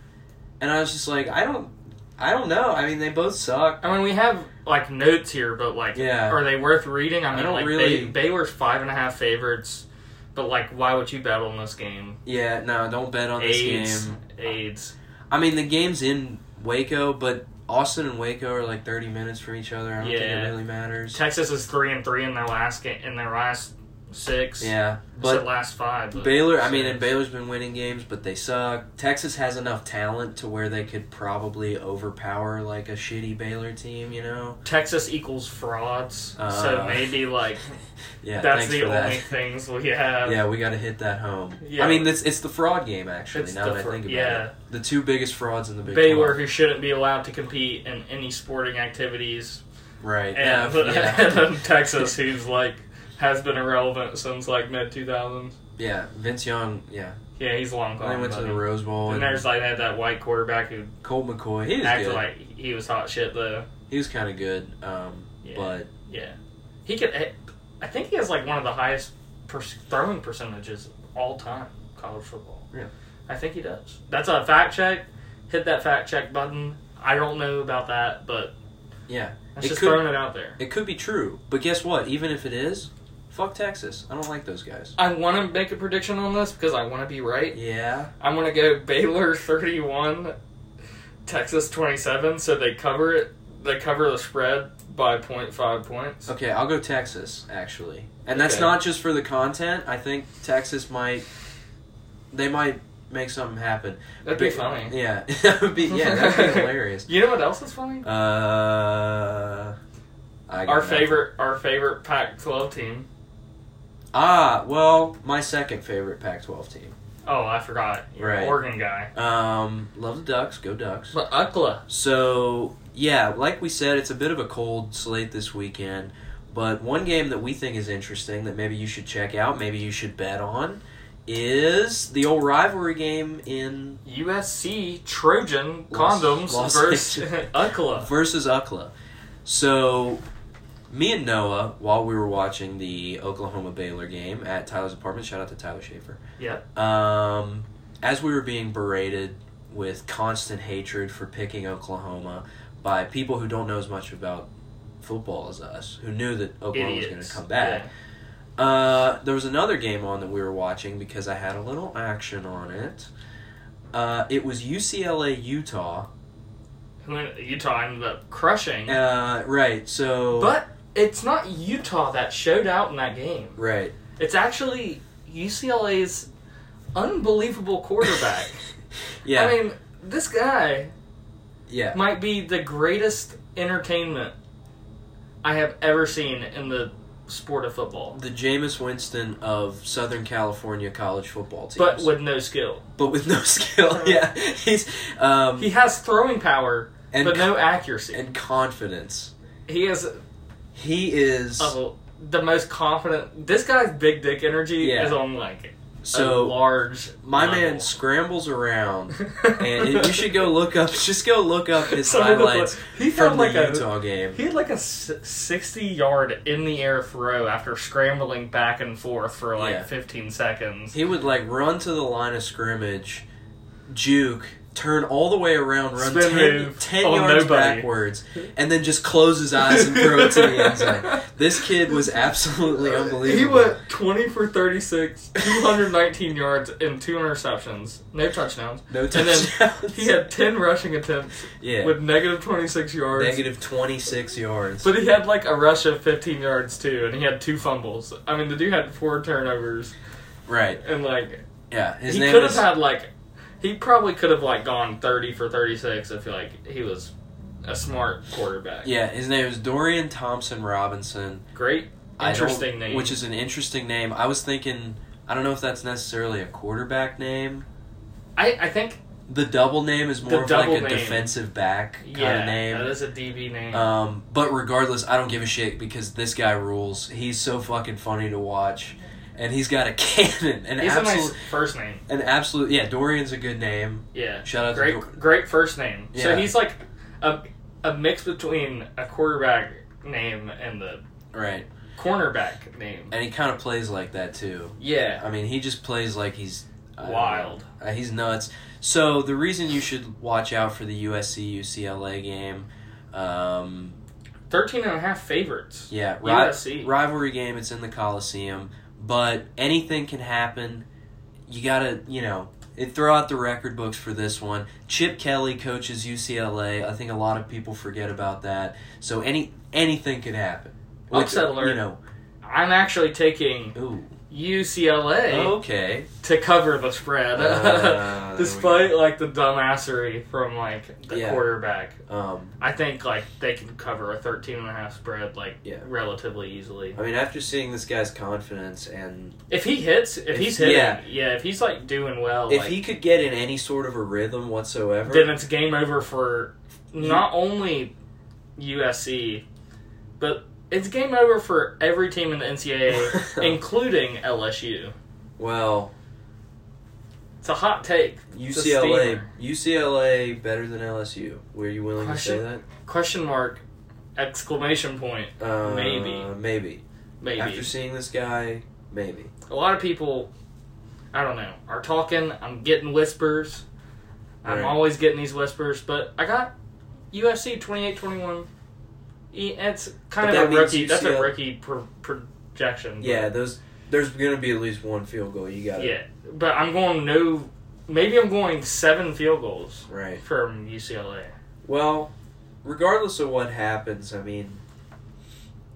Speaker 1: and I was just like, I don't, I don't know. I mean, they both suck.
Speaker 2: I mean, we have like notes here, but like,
Speaker 1: Yeah.
Speaker 2: are they worth reading? I
Speaker 1: I
Speaker 2: mean,
Speaker 1: don't
Speaker 2: like,
Speaker 1: really-
Speaker 2: Bay- Baylor's five and a half favorites, but like, why would you bet on this game?
Speaker 1: Yeah, no, don't bet on this
Speaker 2: AIDS,
Speaker 1: game.
Speaker 2: AIDS.
Speaker 1: I mean, the game's in Waco, but Austin and Waco are like thirty minutes from each other. I don't think
Speaker 2: Yeah.
Speaker 1: it really matters.
Speaker 2: Texas is three and three in their last game, in their last six.
Speaker 1: Yeah,
Speaker 2: but
Speaker 1: but
Speaker 2: last five. but-
Speaker 1: Baylor, I mean, and Baylor's been winning games, but they suck. Texas has enough talent to where they could probably overpower like a shitty Baylor team, you know?
Speaker 2: Texas equals frauds,
Speaker 1: Uh,
Speaker 2: so maybe like
Speaker 1: Yeah,
Speaker 2: that's
Speaker 1: thanks
Speaker 2: the
Speaker 1: for
Speaker 2: only
Speaker 1: that.
Speaker 2: things we have.
Speaker 1: Yeah, we got to hit that home.
Speaker 2: Yeah.
Speaker 1: I mean, it's it's the fraud game actually.
Speaker 2: It's
Speaker 1: now
Speaker 2: the
Speaker 1: that I
Speaker 2: fr-
Speaker 1: think about
Speaker 2: yeah.
Speaker 1: it, the two biggest frauds in the Big
Speaker 2: Baylor, who shouldn't be allowed to compete in any sporting activities,
Speaker 1: 12. right?
Speaker 2: and,
Speaker 1: yeah,
Speaker 2: and
Speaker 1: yeah.
Speaker 2: then Texas, who's like has been irrelevant since like mid 2000s.
Speaker 1: Yeah, Vince Young. Yeah,
Speaker 2: Yeah, he's long gone.
Speaker 1: they went to
Speaker 2: buddy.
Speaker 1: the Rose Bowl
Speaker 2: and
Speaker 1: and,
Speaker 2: there's like they had that white quarterback who
Speaker 1: Colt McCoy. He was
Speaker 2: acted
Speaker 1: good.
Speaker 2: like he was hot shit though.
Speaker 1: he was kind of good, um,
Speaker 2: Yeah.
Speaker 1: but
Speaker 2: Yeah, he could. eh, I think he has like one of the highest per- throwing percentages of all time college football.
Speaker 1: Yeah.
Speaker 2: I think he does. That's a fact check. Hit that fact check button. I don't know about that, but
Speaker 1: yeah,
Speaker 2: that's
Speaker 1: It
Speaker 2: just
Speaker 1: could-
Speaker 2: throwing it out there.
Speaker 1: it could be true. But guess what? Even if it is, fuck Texas. I don't like those guys.
Speaker 2: I want to make a prediction on this because I want to be right.
Speaker 1: Yeah.
Speaker 2: I'm gonna go Baylor 31, Texas 27. So they cover it. They cover the spread by 0.5 points.
Speaker 1: Okay, I'll go Texas actually, and that's
Speaker 2: Okay.
Speaker 1: not just for the content. I think Texas might, they might make something happen.
Speaker 2: That'd be
Speaker 1: Ba-
Speaker 2: funny.
Speaker 1: Yeah, that would be yeah, that'd be hilarious.
Speaker 2: You know what else is funny?
Speaker 1: Uh, I got
Speaker 2: Our
Speaker 1: nothing.
Speaker 2: favorite, our favorite Pac-12 team.
Speaker 1: Ah, well, my second favorite Pac-12 team.
Speaker 2: Oh, I forgot. You're an
Speaker 1: Right.
Speaker 2: Oregon guy.
Speaker 1: Um, love the Ducks. Go Ducks.
Speaker 2: But UCLA.
Speaker 1: So, yeah, like we said, it's a bit of a cold slate this weekend. But one game that we think is interesting that maybe you should check out, maybe you should bet on, is the old rivalry game in
Speaker 2: USC Trojan
Speaker 1: Los-
Speaker 2: condoms
Speaker 1: Los
Speaker 2: versus
Speaker 1: Angeles.
Speaker 2: UCLA.
Speaker 1: versus UCLA. So, me and Noah, while we were watching the Oklahoma Baylor game at Tyler's apartment, shout out to Tyler Schaefer.
Speaker 2: Yep.
Speaker 1: Um, as we were being berated with constant hatred for picking Oklahoma by people who don't know as much about football as us, who knew that Oklahoma was going to
Speaker 2: Idiots.
Speaker 1: come back, uh, there was another game on that we were watching because I had a little action on it. Uh, it was UCLA Utah.
Speaker 2: Yeah. Who in- Utah ended up crushing.
Speaker 1: Uh, right, so
Speaker 2: But it's not Utah that showed out in that game.
Speaker 1: right.
Speaker 2: It's actually UCLA's unbelievable quarterback.
Speaker 1: Yeah,
Speaker 2: I mean, this guy
Speaker 1: yeah.
Speaker 2: might be the greatest entertainment I have ever seen in the sport of football.
Speaker 1: The Jameis Winston of Southern California college football teams,
Speaker 2: But with no skill.
Speaker 1: but with no skill. Yeah, he's um,
Speaker 2: He has throwing power,
Speaker 1: and
Speaker 2: but no accuracy.
Speaker 1: and confidence.
Speaker 2: he is
Speaker 1: He is
Speaker 2: uh, the most confident. This guy's big dick energy
Speaker 1: Yeah.
Speaker 2: is on like a
Speaker 1: so
Speaker 2: large.
Speaker 1: my
Speaker 2: level.
Speaker 1: man scrambles around, and it- you should go look up. Just go look up his
Speaker 2: Some of the-
Speaker 1: highlights
Speaker 2: he had
Speaker 1: from the
Speaker 2: like a-
Speaker 1: Utah game.
Speaker 2: He had like a s- sixty-yard in the air throw after scrambling back and forth for like
Speaker 1: Yeah.
Speaker 2: fifteen seconds.
Speaker 1: He would like run to the line of scrimmage, juke, turn all the way around, run
Speaker 2: Spin
Speaker 1: ten,
Speaker 2: move
Speaker 1: ten
Speaker 2: on
Speaker 1: yards
Speaker 2: nobody.
Speaker 1: backwards, and then just close his eyes and throw it to the end zone. This kid was absolutely unbelievable.
Speaker 2: He went 20 for 36, 219 yards, and two interceptions. No touchdowns.
Speaker 1: no
Speaker 2: then
Speaker 1: touchdowns.
Speaker 2: He had 10 rushing attempts
Speaker 1: yeah,
Speaker 2: with negative 26 yards.
Speaker 1: negative twenty six yards.
Speaker 2: But he had like a rush of 15 yards too, and he had two fumbles. I mean, the dude had four turnovers,
Speaker 1: Right?
Speaker 2: and like
Speaker 1: Yeah, his
Speaker 2: he
Speaker 1: name
Speaker 2: could
Speaker 1: is
Speaker 2: have had like he probably could have like gone 30 for 36 if like he was a smart quarterback.
Speaker 1: Yeah, his name is Dorian Thompson Robinson.
Speaker 2: Great,
Speaker 1: I don't-
Speaker 2: interesting name.
Speaker 1: Which is an interesting name. I was thinking, I don't know if that's necessarily a quarterback name,
Speaker 2: I I think
Speaker 1: The double name is more
Speaker 2: The
Speaker 1: of like
Speaker 2: double
Speaker 1: a
Speaker 2: name.
Speaker 1: defensive back kind
Speaker 2: yeah,
Speaker 1: of name.
Speaker 2: that is a DB name.
Speaker 1: Um, but regardless, I don't give a shit because this guy rules. He's so fucking funny to watch, and he's got a cannon. An
Speaker 2: He's
Speaker 1: absolute,
Speaker 2: a nice first name.
Speaker 1: an absolute. Yeah, Dorian's a good name.
Speaker 2: Yeah,
Speaker 1: Shout out
Speaker 2: great,
Speaker 1: to Dor-
Speaker 2: great first name.
Speaker 1: Yeah.
Speaker 2: So he's like a a mix between a quarterback name and the
Speaker 1: right,
Speaker 2: cornerback name.
Speaker 1: and he kind of plays like that too.
Speaker 2: Yeah,
Speaker 1: I mean, he just plays like he's I don't know.
Speaker 2: wild.
Speaker 1: Uh, he's nuts. So the reason you should watch out for the USC UCLA game. Um,
Speaker 2: Thirteen and a half favorites.
Speaker 1: yeah, right.
Speaker 2: USC.
Speaker 1: rivalry game. It's in the Coliseum, but anything can happen. You gotta, you know, it, throw out the record books for this one. Chip Kelly coaches UCLA. I think a lot of people forget about that. So any anything can happen. Which,
Speaker 2: Upset alert.
Speaker 1: You know,
Speaker 2: I'm actually taking
Speaker 1: ooh,
Speaker 2: UCLA
Speaker 1: okay.
Speaker 2: to cover the spread,
Speaker 1: Oh. Uh, there we
Speaker 2: despite like the dumbassery from like the
Speaker 1: Yeah.
Speaker 2: quarterback.
Speaker 1: Um,
Speaker 2: I think like they can cover a 13 and a half spread like
Speaker 1: Yeah.
Speaker 2: relatively easily.
Speaker 1: I mean, after seeing this guy's confidence and
Speaker 2: If he hits, if,
Speaker 1: If-
Speaker 2: he's hitting,
Speaker 1: yeah.
Speaker 2: yeah. if he's like doing well,
Speaker 1: if
Speaker 2: Oh, like,
Speaker 1: he could get in any sort of a rhythm whatsoever,
Speaker 2: then it's game over for not only USC, but it's game over for every team in the NCAA, including LSU.
Speaker 1: well,
Speaker 2: It's a hot take. It's a
Speaker 1: UCLA,
Speaker 2: steamer.
Speaker 1: UCLA better than LSU. Were you willing to say
Speaker 2: Question mark, exclamation point,
Speaker 1: that? Uh,
Speaker 2: Maybe.
Speaker 1: maybe,
Speaker 2: maybe.
Speaker 1: After seeing this guy, maybe.
Speaker 2: a lot of people, I don't know, are talking. I'm getting whispers.
Speaker 1: Right.
Speaker 2: I'm always getting these whispers, but I got UFC 28-21. E- It's
Speaker 1: But
Speaker 2: kind
Speaker 1: that
Speaker 2: of a
Speaker 1: means
Speaker 2: rookie. That's a
Speaker 1: UCL
Speaker 2: rookie pro- projection.
Speaker 1: Yeah, those. There's gonna be at least one field goal. You got it
Speaker 2: Yeah, but I'm going no. Maybe I'm going seven field goals
Speaker 1: right.
Speaker 2: from UCLA.
Speaker 1: Well, regardless of what happens, I mean,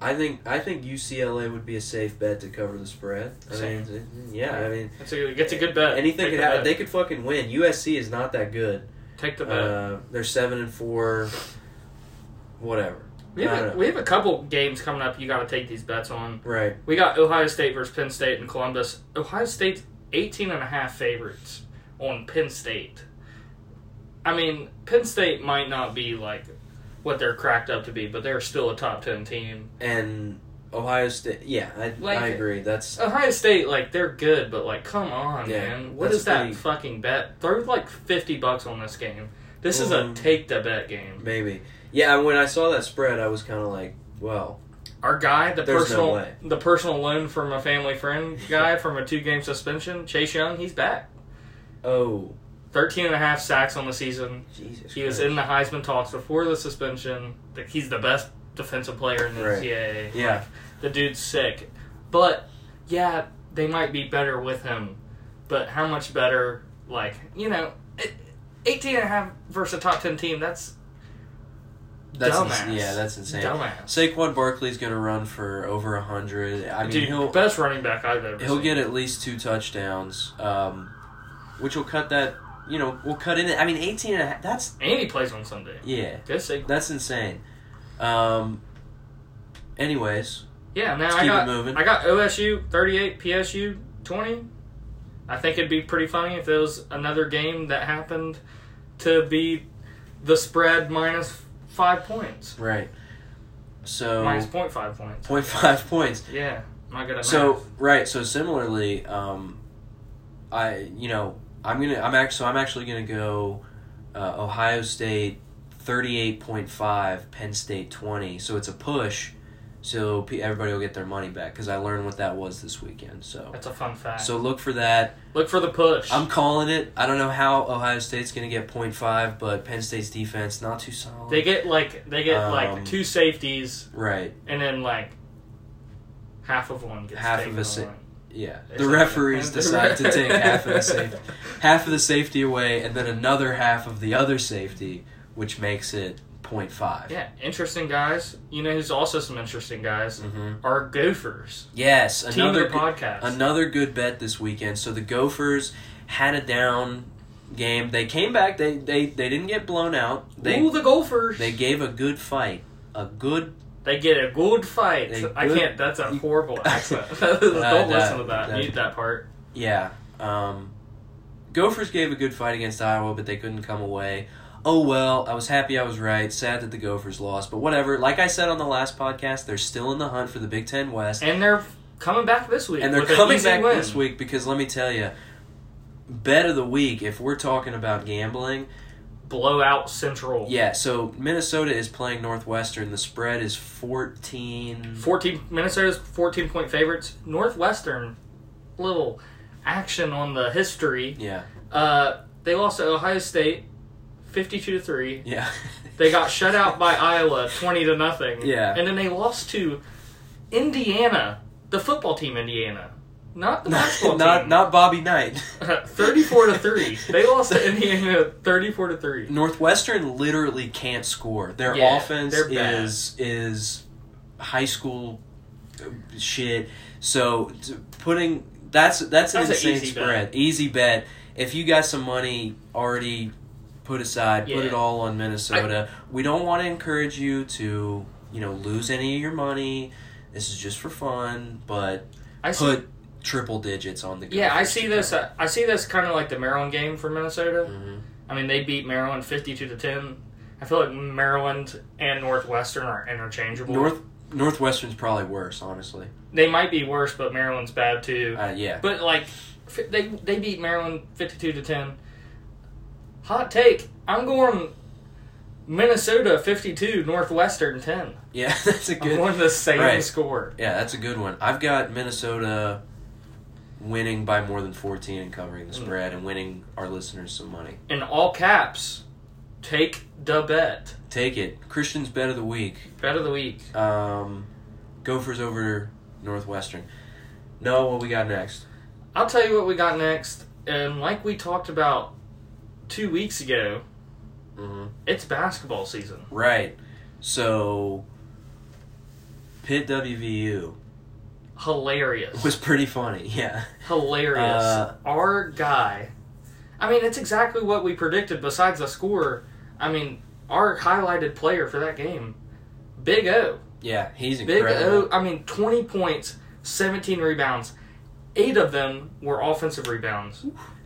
Speaker 1: I think I think UCLA would be a safe bet to cover the spread. I
Speaker 2: Same.
Speaker 1: mean, yeah, I mean,
Speaker 2: It's a, it's a good bet.
Speaker 1: Anything
Speaker 2: Take
Speaker 1: could
Speaker 2: the
Speaker 1: happen.
Speaker 2: bet.
Speaker 1: They could fucking win. USC is not that good.
Speaker 2: Take the bet.
Speaker 1: Uh, they're seven and four. Whatever.
Speaker 2: we,
Speaker 1: I don't
Speaker 2: have
Speaker 1: know.
Speaker 2: a, we have a couple games coming up. You got to take these bets on.
Speaker 1: Right.
Speaker 2: We got Ohio State versus Penn State and Columbus. Ohio State's 18 and a half favorites on Penn State. I mean, Penn State might not be like what they're cracked up to be, but they're still a top 10 team.
Speaker 1: and Ohio State. Yeah, I,
Speaker 2: Like-
Speaker 1: I agree. That's
Speaker 2: Ohio State, like, they're good, but like, come on,
Speaker 1: Yeah,
Speaker 2: man. What
Speaker 1: that's
Speaker 2: is that
Speaker 1: pretty-
Speaker 2: fucking bet? Throw like 50 bucks on this game. This is a
Speaker 1: Mhm.
Speaker 2: take the bet game.
Speaker 1: maybe. Yeah, when I saw that spread, I was kind of like, well,
Speaker 2: Our guy, the
Speaker 1: There's no
Speaker 2: personal
Speaker 1: way.
Speaker 2: the personal loan from a family friend guy from a two game suspension, Chase Young, he's back.
Speaker 1: oh,
Speaker 2: 13 and a half sacks on the season.
Speaker 1: Jesus.
Speaker 2: He was
Speaker 1: Christ.
Speaker 2: in the Heisman talks before the suspension. Like, He's the best defensive player in the
Speaker 1: Right.
Speaker 2: NCAA.
Speaker 1: Yeah,
Speaker 2: The dude's sick. But, yeah, they might be better with him. But how much better, like, you know, it- 18 and a half versus a top 10 team, that's
Speaker 1: that's ins-
Speaker 2: dumbass.
Speaker 1: yeah, that's insane.
Speaker 2: dumbass.
Speaker 1: Saquon Barkley's gonna run for over hundred. I mean,
Speaker 2: Dude,
Speaker 1: he'll
Speaker 2: best running back I've ever
Speaker 1: he'll
Speaker 2: seen.
Speaker 1: get at least two touchdowns, um, which will cut that. You know, will cut in. I mean, eighteen and a half. That's
Speaker 2: and he plays on Sunday.
Speaker 1: yeah,
Speaker 2: Good signal.
Speaker 1: that's insane. Um. Anyways,
Speaker 2: Yeah, man,
Speaker 1: Let's
Speaker 2: I
Speaker 1: keep it
Speaker 2: got,
Speaker 1: moving.
Speaker 2: I got OSU 38, PSU 20. I think it'd be pretty funny if there was another game that happened to be the spread minus five points.
Speaker 1: right. So
Speaker 2: Minus point five points.
Speaker 1: point five points.
Speaker 2: Yeah, I'm not good at
Speaker 1: So
Speaker 2: math.
Speaker 1: right, so similarly, um, I you know I'm gonna I'm actually so I'm actually gonna go uh, Ohio State thirty eight point five, Penn State twenty. So it's a push, so pe- everybody will get their money back because I learned what that was this weekend. So
Speaker 2: That's a fun fact.
Speaker 1: so look for that.
Speaker 2: Look for the push.
Speaker 1: I'm calling it. I don't know how Ohio State's gonna get 0.5, but Penn State's defense not too solid.
Speaker 2: they get like they get
Speaker 1: Um,
Speaker 2: like two safeties
Speaker 1: right.
Speaker 2: and then like half of one gets
Speaker 1: Half of
Speaker 2: taken
Speaker 1: a sa-
Speaker 2: on.
Speaker 1: Yeah,
Speaker 2: It's
Speaker 1: the
Speaker 2: like-
Speaker 1: referees decide to take half of the safety, half of the safety away, and then another half of the other safety, which makes it 0.5.
Speaker 2: Yeah, interesting guys. You know who's also some interesting guys
Speaker 1: hmm
Speaker 2: are Gophers.
Speaker 1: Yes,
Speaker 2: Team
Speaker 1: another
Speaker 2: of the
Speaker 1: good,
Speaker 2: podcast.
Speaker 1: another good bet this weekend. So the Gophers had a down game. They came back. They they, they didn't get blown out. They
Speaker 2: Ooh, the Gophers.
Speaker 1: they gave a good fight. A good.
Speaker 2: They get a good fight.
Speaker 1: They
Speaker 2: I
Speaker 1: good-
Speaker 2: can't. That's a
Speaker 1: you-
Speaker 2: horrible accent.
Speaker 1: Uh,
Speaker 2: Don't
Speaker 1: that-
Speaker 2: listen to that.
Speaker 1: that-
Speaker 2: Mute that part.
Speaker 1: Yeah. Um, Gophers gave a good fight against Iowa, but they couldn't come away. Oh well, I was happy I was right. Sad that the Gophers lost, but whatever. Like I said on the last podcast, they're still in the hunt for the Big Ten West,
Speaker 2: And they're coming back this week.
Speaker 1: and they're
Speaker 2: with an
Speaker 1: coming
Speaker 2: easy
Speaker 1: back
Speaker 2: win.
Speaker 1: this week because let me tell you, bet of the week. If we're talking about gambling,
Speaker 2: Blowout Central.
Speaker 1: Yeah, so Minnesota is playing Northwestern. The spread is 14.
Speaker 2: 14 Minnesota's 14 point favorites. Northwestern, little action on the history.
Speaker 1: Yeah,
Speaker 2: Uh, they lost to Ohio State 52 to 3.
Speaker 1: yeah.
Speaker 2: They got shut out by Iowa 20 to nothing.
Speaker 1: Yeah.
Speaker 2: And then they lost to Indiana, the football team Indiana, not the basketball
Speaker 1: not, not
Speaker 2: team.
Speaker 1: not Bobby Knight.
Speaker 2: 34 to 3. They lost to Indiana 34 to 3.
Speaker 1: Northwestern literally can't score. Their
Speaker 2: Yeah,
Speaker 1: offense
Speaker 2: they're bad.
Speaker 1: is is high school uh, shit. So t- putting that's that's an
Speaker 2: That's an
Speaker 1: insane
Speaker 2: easy bet.
Speaker 1: spread. Easy bet. If you got some money already put aside, put
Speaker 2: Yeah.
Speaker 1: it all on Minnesota. we don't want to encourage you to, you know, lose any of your money. This is just for fun, but
Speaker 2: I see,
Speaker 1: put triple digits on the
Speaker 2: yeah, I
Speaker 1: Gophers.
Speaker 2: see this. Uh, I see this kind of like the Maryland game for Minnesota.
Speaker 1: Mhm.
Speaker 2: I mean, they beat Maryland 52 to 10. I feel like Maryland and Northwestern are interchangeable.
Speaker 1: North Northwestern's probably worse, honestly.
Speaker 2: they might be worse, but Maryland's bad too.
Speaker 1: Uh, yeah.
Speaker 2: But like, fi- they they beat Maryland 52 to 10. Hot take. I'm going Minnesota 52, Northwestern 10.
Speaker 1: Yeah, that's a
Speaker 2: I'm
Speaker 1: good.
Speaker 2: going the same
Speaker 1: Right.
Speaker 2: score.
Speaker 1: Yeah, that's a good one. I've got Minnesota winning by more than fourteen and covering the
Speaker 2: Hmm.
Speaker 1: spread and winning our listeners some money.
Speaker 2: In all caps, take the bet.
Speaker 1: Take it, Christian's bet of the week.
Speaker 2: Bet of the week.
Speaker 1: Um, Gophers over Northwestern. No, what we got next?
Speaker 2: I'll tell you what we got next. And like we talked about two weeks ago,
Speaker 1: hmm
Speaker 2: it's basketball season.
Speaker 1: Right. So, Pitt WVU
Speaker 2: Hilarious.
Speaker 1: was pretty funny. Yeah.
Speaker 2: Hilarious.
Speaker 1: Uh,
Speaker 2: Our guy. I mean, it's exactly what we predicted besides the score. I mean, our highlighted player for that game, Big O.
Speaker 1: Yeah, he's
Speaker 2: Big
Speaker 1: incredible.
Speaker 2: O, I mean, 20 points, 17 rebounds. Eight of them were offensive rebounds.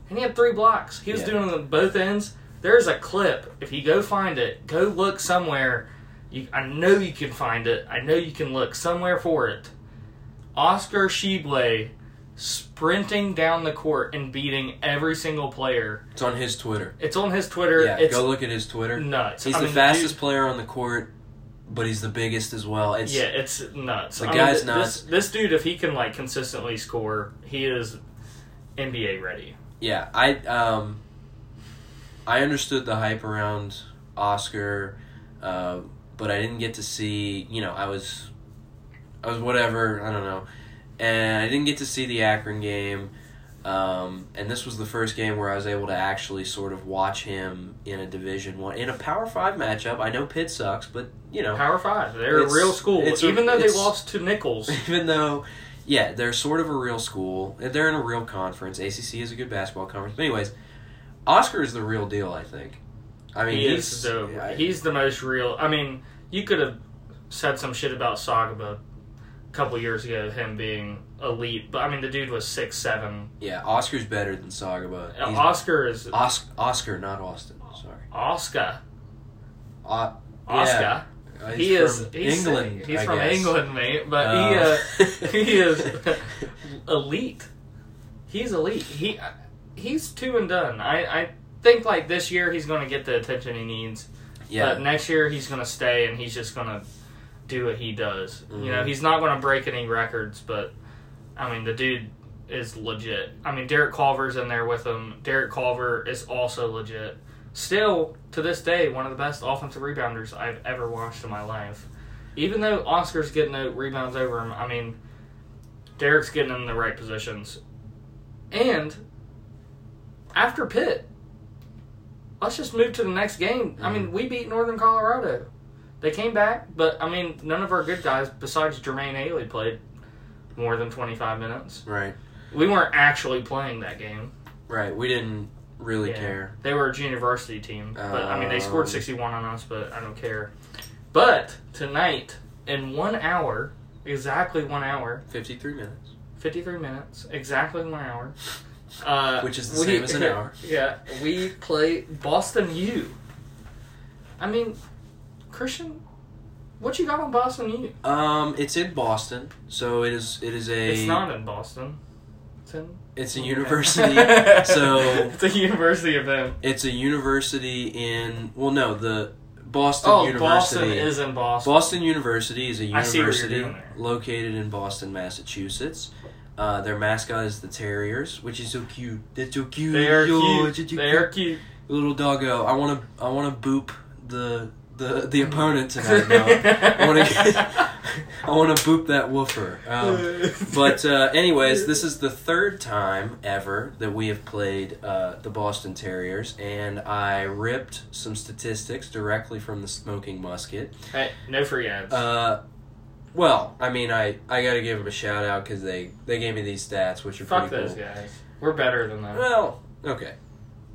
Speaker 2: And he had three blocks. He was
Speaker 1: Yeah.
Speaker 2: doing them both ends. There's a clip. If you go find it, go look somewhere. You, I know you can find it. I know you can look somewhere for it. Oscar Shibwe sprinting down the court and beating every single player.
Speaker 1: It's on his Twitter.
Speaker 2: It's on his Twitter.
Speaker 1: Yeah,
Speaker 2: it's
Speaker 1: go look at his Twitter.
Speaker 2: nuts.
Speaker 1: He's
Speaker 2: I
Speaker 1: the
Speaker 2: mean,
Speaker 1: fastest
Speaker 2: dude-
Speaker 1: player on the court, but he's the biggest as well. It's
Speaker 2: yeah, it's nuts.
Speaker 1: The
Speaker 2: I mean,
Speaker 1: guy's
Speaker 2: th-
Speaker 1: nuts.
Speaker 2: This, this dude, if he can like consistently score, he is NBA ready.
Speaker 1: yeah. I um, I understood the hype around Oscar, uh, but I didn't get to see. You know, I was, I was whatever. I don't know, and I didn't get to see the Akron game. Um, and this was the first game where I was able to actually sort of watch him in a Division One, in a Power Five matchup. I know Pitt sucks, but you know,
Speaker 2: Power five, they're
Speaker 1: It's-
Speaker 2: a real school.
Speaker 1: it's a-
Speaker 2: Even though they
Speaker 1: it's-
Speaker 2: lost to Nichols,
Speaker 1: even though yeah they're sort of a real school they're in a real conference acc is a good basketball conference but anyways oscar is the real deal i think i mean
Speaker 2: he
Speaker 1: he's,
Speaker 2: is the
Speaker 1: I-
Speaker 2: he's the most real. I mean, you could have said some shit about Sagaba a couple years ago, him being elite, but I mean, the dude was six seven. Uh,
Speaker 1: yeah oscar's better than sagaba He's-
Speaker 2: Oscar is
Speaker 1: Os- oscar not austin sorry
Speaker 2: Oscar.
Speaker 1: O-
Speaker 2: Oscar.
Speaker 1: uh, he's
Speaker 2: he is
Speaker 1: from
Speaker 2: he's,
Speaker 1: england
Speaker 2: He's
Speaker 1: I
Speaker 2: from
Speaker 1: guess.
Speaker 2: England, mate. But
Speaker 1: Uh,
Speaker 2: he uh, he is elite. He's elite. He he's two and done. I I think like this year he's going to get the attention he needs.
Speaker 1: yeah
Speaker 2: But next year he's going to stay and he's just going to do what he does. You know,
Speaker 1: Mhm.
Speaker 2: he's not going to break any records, but I mean the dude is legit. I mean Derek Culver's in there with him. Derek Culver is also legit. Still to this day one of the best offensive rebounders I've ever watched in my life. Even though Oscar's getting no rebounds over him, I mean Derek's getting in the right positions. And after Pitt, let's just move to the next game. I mean, we beat Northern Colorado. They came back, but I mean, none of our good guys besides Jermaine Ailey played more than 25 minutes.
Speaker 1: right
Speaker 2: We weren't actually playing that game.
Speaker 1: right we didn't really
Speaker 2: Yeah.
Speaker 1: care
Speaker 2: They were a university team, but I mean, they
Speaker 1: Um.
Speaker 2: scored 61 on us, but I don't care. But tonight, in one hour, exactly one hour,
Speaker 1: 53 minutes
Speaker 2: 53 minutes, exactly one hour. Uh,
Speaker 1: Which is the same as an hour.
Speaker 2: Yeah, we play Boston U. I mean, Christian, what you got on Boston U?
Speaker 1: Um, it's in Boston, so it is. It is a.
Speaker 2: It's not in Boston. It's in.
Speaker 1: It's a
Speaker 2: okay.
Speaker 1: university. so
Speaker 2: it's a university event.
Speaker 1: it's a university in. Well, no, the Boston
Speaker 2: Oh,
Speaker 1: University.
Speaker 2: Boston is in Boston.
Speaker 1: Boston University is a
Speaker 2: I see what you're
Speaker 1: university
Speaker 2: doing there.
Speaker 1: located in Boston, Massachusetts. Uh, their mascot is the Terriers, which is so cute. They're so cute.
Speaker 2: They are
Speaker 1: Yo,
Speaker 2: cute.
Speaker 1: it's so
Speaker 2: They are cute.
Speaker 1: Little doggo. I wanna. I wanna boop the the the opponent tonight. Mel. I wanna. I wanna boop that woofer. Um, but uh, anyways, this is the third time ever that we have played uh, the Boston Terriers, and I ripped some statistics directly from the Smoking Musket.
Speaker 2: hey, no free ads.
Speaker 1: Uh, well, I mean, I, I got to give them a shout out because they, they gave me these stats, which are
Speaker 2: Fuck
Speaker 1: pretty
Speaker 2: those guys. We're better than
Speaker 1: cool.
Speaker 2: them.
Speaker 1: Well, okay,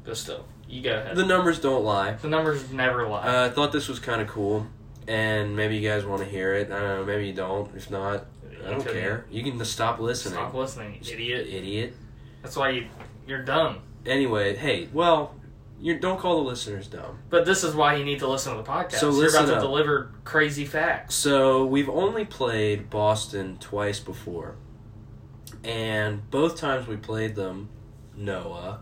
Speaker 2: But still, you go ahead.
Speaker 1: the
Speaker 2: The,
Speaker 1: numbers don't lie.
Speaker 2: numbers never lie.
Speaker 1: Uh, I thought this was kind of cool, and maybe you guys want to hear it. I don't know, maybe you don't. If not, I don't
Speaker 2: Okay.
Speaker 1: care. You can just stop listening,
Speaker 2: Stop listening, idiot.
Speaker 1: idiot.
Speaker 2: That's why you, you're dumb.
Speaker 1: Anyway, hey, well, you don't call the listeners dumb.
Speaker 2: But this is why you need to listen to the podcast.
Speaker 1: So
Speaker 2: you're
Speaker 1: listen
Speaker 2: about to
Speaker 1: up.
Speaker 2: deliver crazy facts.
Speaker 1: So we've only played Boston twice before, and both times we played them, Noah,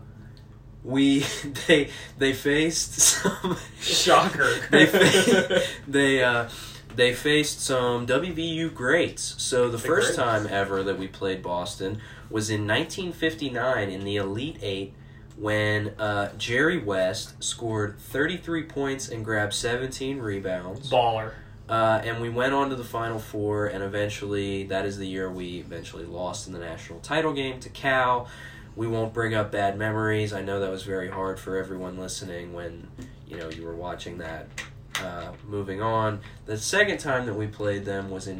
Speaker 1: we they they faced some
Speaker 2: Shocker.
Speaker 1: they fa- they uh, they faced some WVU greats. So the,
Speaker 2: The
Speaker 1: first
Speaker 2: greats.
Speaker 1: time ever that we played Boston was in 1959 in the Elite Eight when uh, Jerry West scored 33 points and grabbed 17 rebounds.
Speaker 2: Baller.
Speaker 1: Uh, and we went on to the Final Four, and eventually, that is the year we eventually lost in the national title game to Cal. We won't bring up bad memories. I know that was very hard for everyone listening when you know you were watching that. Uh, moving on, the second time that we played them was in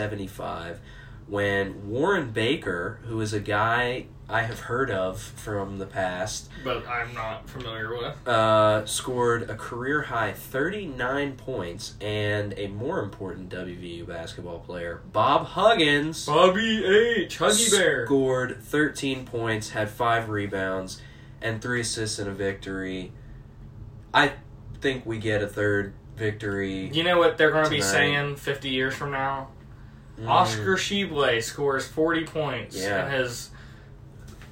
Speaker 1: 1975, when Warren Baker, who is a guy I have heard of from the past,
Speaker 2: But I'm not familiar with.
Speaker 1: uh, scored a career high 39 points, and a more important WVU basketball player, Bob Huggins,
Speaker 2: Bobby H. Huggy Bear.
Speaker 1: scored 13 points, had five rebounds, and three assists in a victory. I think we get a third victory.
Speaker 2: You know what they're going to be
Speaker 1: Tonight.
Speaker 2: saying 50 years from now?
Speaker 1: Mm,
Speaker 2: Oscar Shebue scores 40 points
Speaker 1: Yeah.
Speaker 2: in his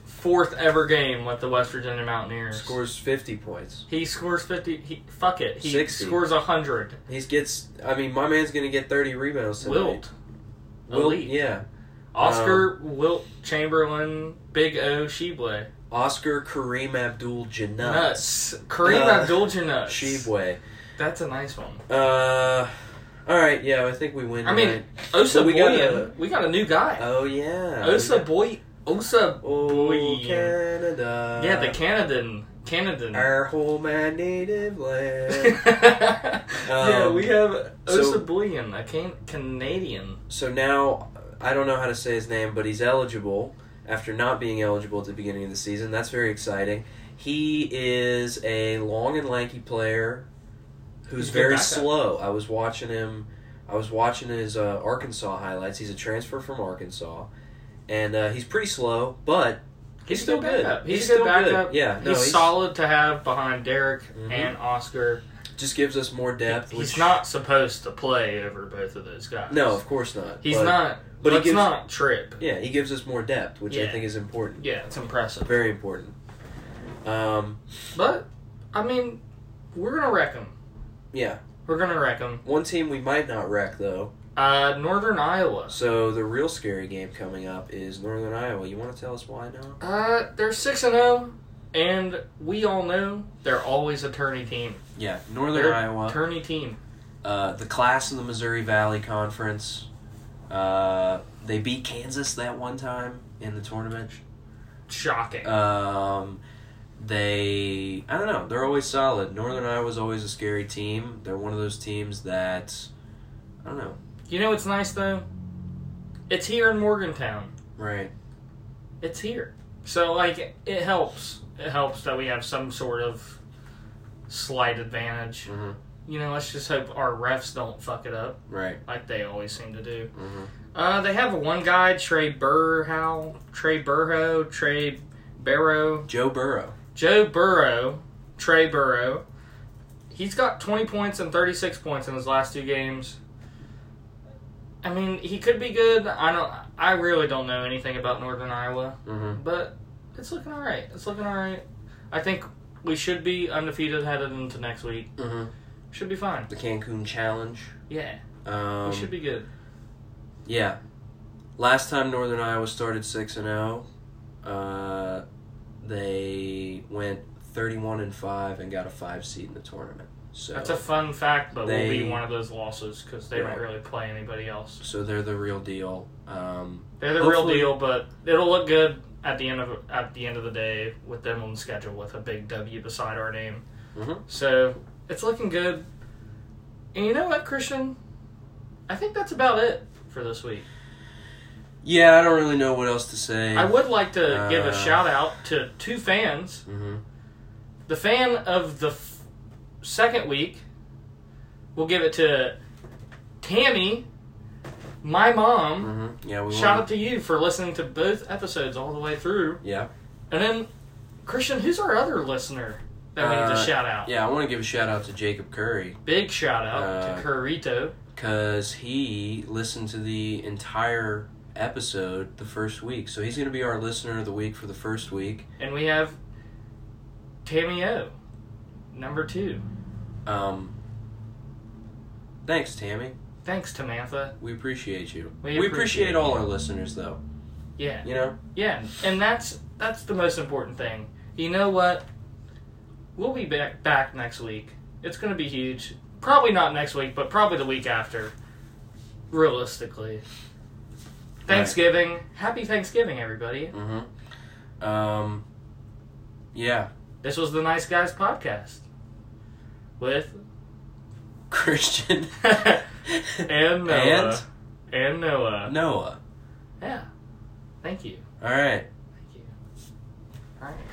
Speaker 2: fourth ever game with the West Virginia Mountaineers.
Speaker 1: scores 50 points.
Speaker 2: He scores 50. He, fuck it. He
Speaker 1: 60.
Speaker 2: scores 100.
Speaker 1: He gets. I mean, my man's gonna get 30 rebounds tonight.
Speaker 2: Wilt.
Speaker 1: Wilt,
Speaker 2: Elite.
Speaker 1: yeah. Um,
Speaker 2: Oscar Wilt Chamberlain Big O Shebue.
Speaker 1: Oscar Kareem Abdul-Jabbar.
Speaker 2: Nuts. Kareem
Speaker 1: Uh,
Speaker 2: Abdul-Jabbar.
Speaker 1: Shebue.
Speaker 2: That's a nice one.
Speaker 1: Uh, all right. Yeah, I think we win.
Speaker 2: I mean,
Speaker 1: tonight.
Speaker 2: Osa
Speaker 1: But we
Speaker 2: we
Speaker 1: got a-
Speaker 2: we got a new guy.
Speaker 1: oh yeah.
Speaker 2: Osa Boy. Osa.
Speaker 1: oh
Speaker 2: Boy.
Speaker 1: Canada.
Speaker 2: Yeah, the Canadan. Canadan.
Speaker 1: our home and native land.
Speaker 2: yeah,
Speaker 1: Um,
Speaker 2: we have
Speaker 1: so-
Speaker 2: Osa Bullion, a can- Canadian.
Speaker 1: so now I don't know how to say his name, but he's eligible after not being eligible at the beginning of the season. That's very exciting. He is a long and lanky player who's
Speaker 2: He's a good
Speaker 1: very
Speaker 2: backup.
Speaker 1: slow. I was watching him. I was watching his uh, Arkansas highlights. He's a transfer from Arkansas, and uh, he's pretty slow, but He's
Speaker 2: a
Speaker 1: still good.
Speaker 2: backup. He's,
Speaker 1: He's
Speaker 2: a good
Speaker 1: still good.
Speaker 2: backup.
Speaker 1: Yeah, no,
Speaker 2: he's,
Speaker 1: he's-
Speaker 2: solid to have behind Derek
Speaker 1: Mhm.
Speaker 2: and Oscar.
Speaker 1: just gives us more depth.
Speaker 2: he's
Speaker 1: which-
Speaker 2: not supposed to play over both of those guys.
Speaker 1: No, of course not.
Speaker 2: he's
Speaker 1: but-
Speaker 2: not.
Speaker 1: But
Speaker 2: But
Speaker 1: he
Speaker 2: let's
Speaker 1: gives.
Speaker 2: not trip.
Speaker 1: Yeah, he gives us more depth, which I
Speaker 2: Yeah.
Speaker 1: think is important.
Speaker 2: Yeah, it's impressive.
Speaker 1: Very important. Um,
Speaker 2: But I mean, we're gonna wreck him.
Speaker 1: yeah,
Speaker 2: We're gonna wreck him.
Speaker 1: one team we might not wreck though.
Speaker 2: Uh, Northern Iowa.
Speaker 1: So the real scary game coming up is Northern Iowa. You want to tell us why now?
Speaker 2: Uh, they're six and zero, and we all know they're always a tourney team.
Speaker 1: Yeah, Northern
Speaker 2: They're
Speaker 1: Iowa,
Speaker 2: Tourney team.
Speaker 1: uh, the class of the Missouri Valley Conference. Uh, they beat Kansas that one time in the tournament.
Speaker 2: Shocking.
Speaker 1: Um, they, I don't know, they're always solid. Northern Iowa's always a scary team. They're one of those teams that, I don't know,
Speaker 2: You know what's nice though? It's here in Morgantown.
Speaker 1: right?
Speaker 2: It's here. So like it helps. It helps that we have some sort of slight advantage.
Speaker 1: hmm
Speaker 2: You know, let's just hope our refs don't fuck it up
Speaker 1: Right.
Speaker 2: like they always seem to do.
Speaker 1: hmm
Speaker 2: Uh, they have one guy, Trey Burhow, Trey Burhow, Trey Barrow,
Speaker 1: Joe Burrow.
Speaker 2: Joe Burrow, Trey Burrow. He's got 20 points and 36 points in his last two games. I mean, he could be good. I don't. I really don't know anything about Northern Iowa,
Speaker 1: Mm-hmm.
Speaker 2: but it's looking all right. It's looking all right. I think we should be undefeated headed into next week.
Speaker 1: Mm-hmm.
Speaker 2: Should be fine.
Speaker 1: The Cancun Challenge.
Speaker 2: Yeah,
Speaker 1: Um,
Speaker 2: we should be good.
Speaker 1: Yeah. Last time Northern Iowa started 6 and 0, uh, they went 31 and 5 and got a 5 seed in the tournament. So
Speaker 2: That's a fun fact, but we'll
Speaker 1: Um, They-
Speaker 2: be one of those losses because they
Speaker 1: Right.
Speaker 2: don't really play anybody else.
Speaker 1: so they're the real deal. Um,
Speaker 2: They're the
Speaker 1: Hopefully-
Speaker 2: real deal, but it'll look good at the end of at the end of the day with them on the schedule with a big W beside our name.
Speaker 1: Mhm.
Speaker 2: So it's looking good. And you know what, Christian? I think that's about it for this week.
Speaker 1: yeah, I don't really know what else to say.
Speaker 2: I would like to give
Speaker 1: Uh,
Speaker 2: a shout out to two fans.
Speaker 1: hmm
Speaker 2: The fan of the f- second week, we'll give it to Tammy, my mom.
Speaker 1: hmm Yeah, we
Speaker 2: Shout
Speaker 1: wanna-
Speaker 2: out to you for listening to both episodes all the way through.
Speaker 1: Yeah.
Speaker 2: And then, Christian, who's our other listener that we need
Speaker 1: Uh,
Speaker 2: to shout out?
Speaker 1: Yeah, I want to give a shout out to Jacob Curry
Speaker 2: Big shout out
Speaker 1: Uh,
Speaker 2: to Curito.
Speaker 1: because he listened to the entire episode the first week. So he's going to be our listener of the week for the first week.
Speaker 2: And we have Tammy O, number two.
Speaker 1: Um, thanks, Tammy.
Speaker 2: Thanks, Tamantha.
Speaker 1: We appreciate you.
Speaker 2: We
Speaker 1: appreciate
Speaker 2: appreciate
Speaker 1: all our listeners, though.
Speaker 2: Yeah,
Speaker 1: You know?
Speaker 2: yeah. And that's that's the most important thing. You know what? We'll be back back next week. It's going to be huge. Probably not next week, but probably the week after. Realistically. Thanksgiving. Happy Thanksgiving, everybody.
Speaker 1: Mm-hmm. Um, yeah.
Speaker 2: This was the Nice Guys podcast with
Speaker 1: Christian
Speaker 2: and Noah and, Noah.
Speaker 1: and Noah.
Speaker 2: Yeah. Thank you.
Speaker 1: All right.
Speaker 2: Thank you. All right.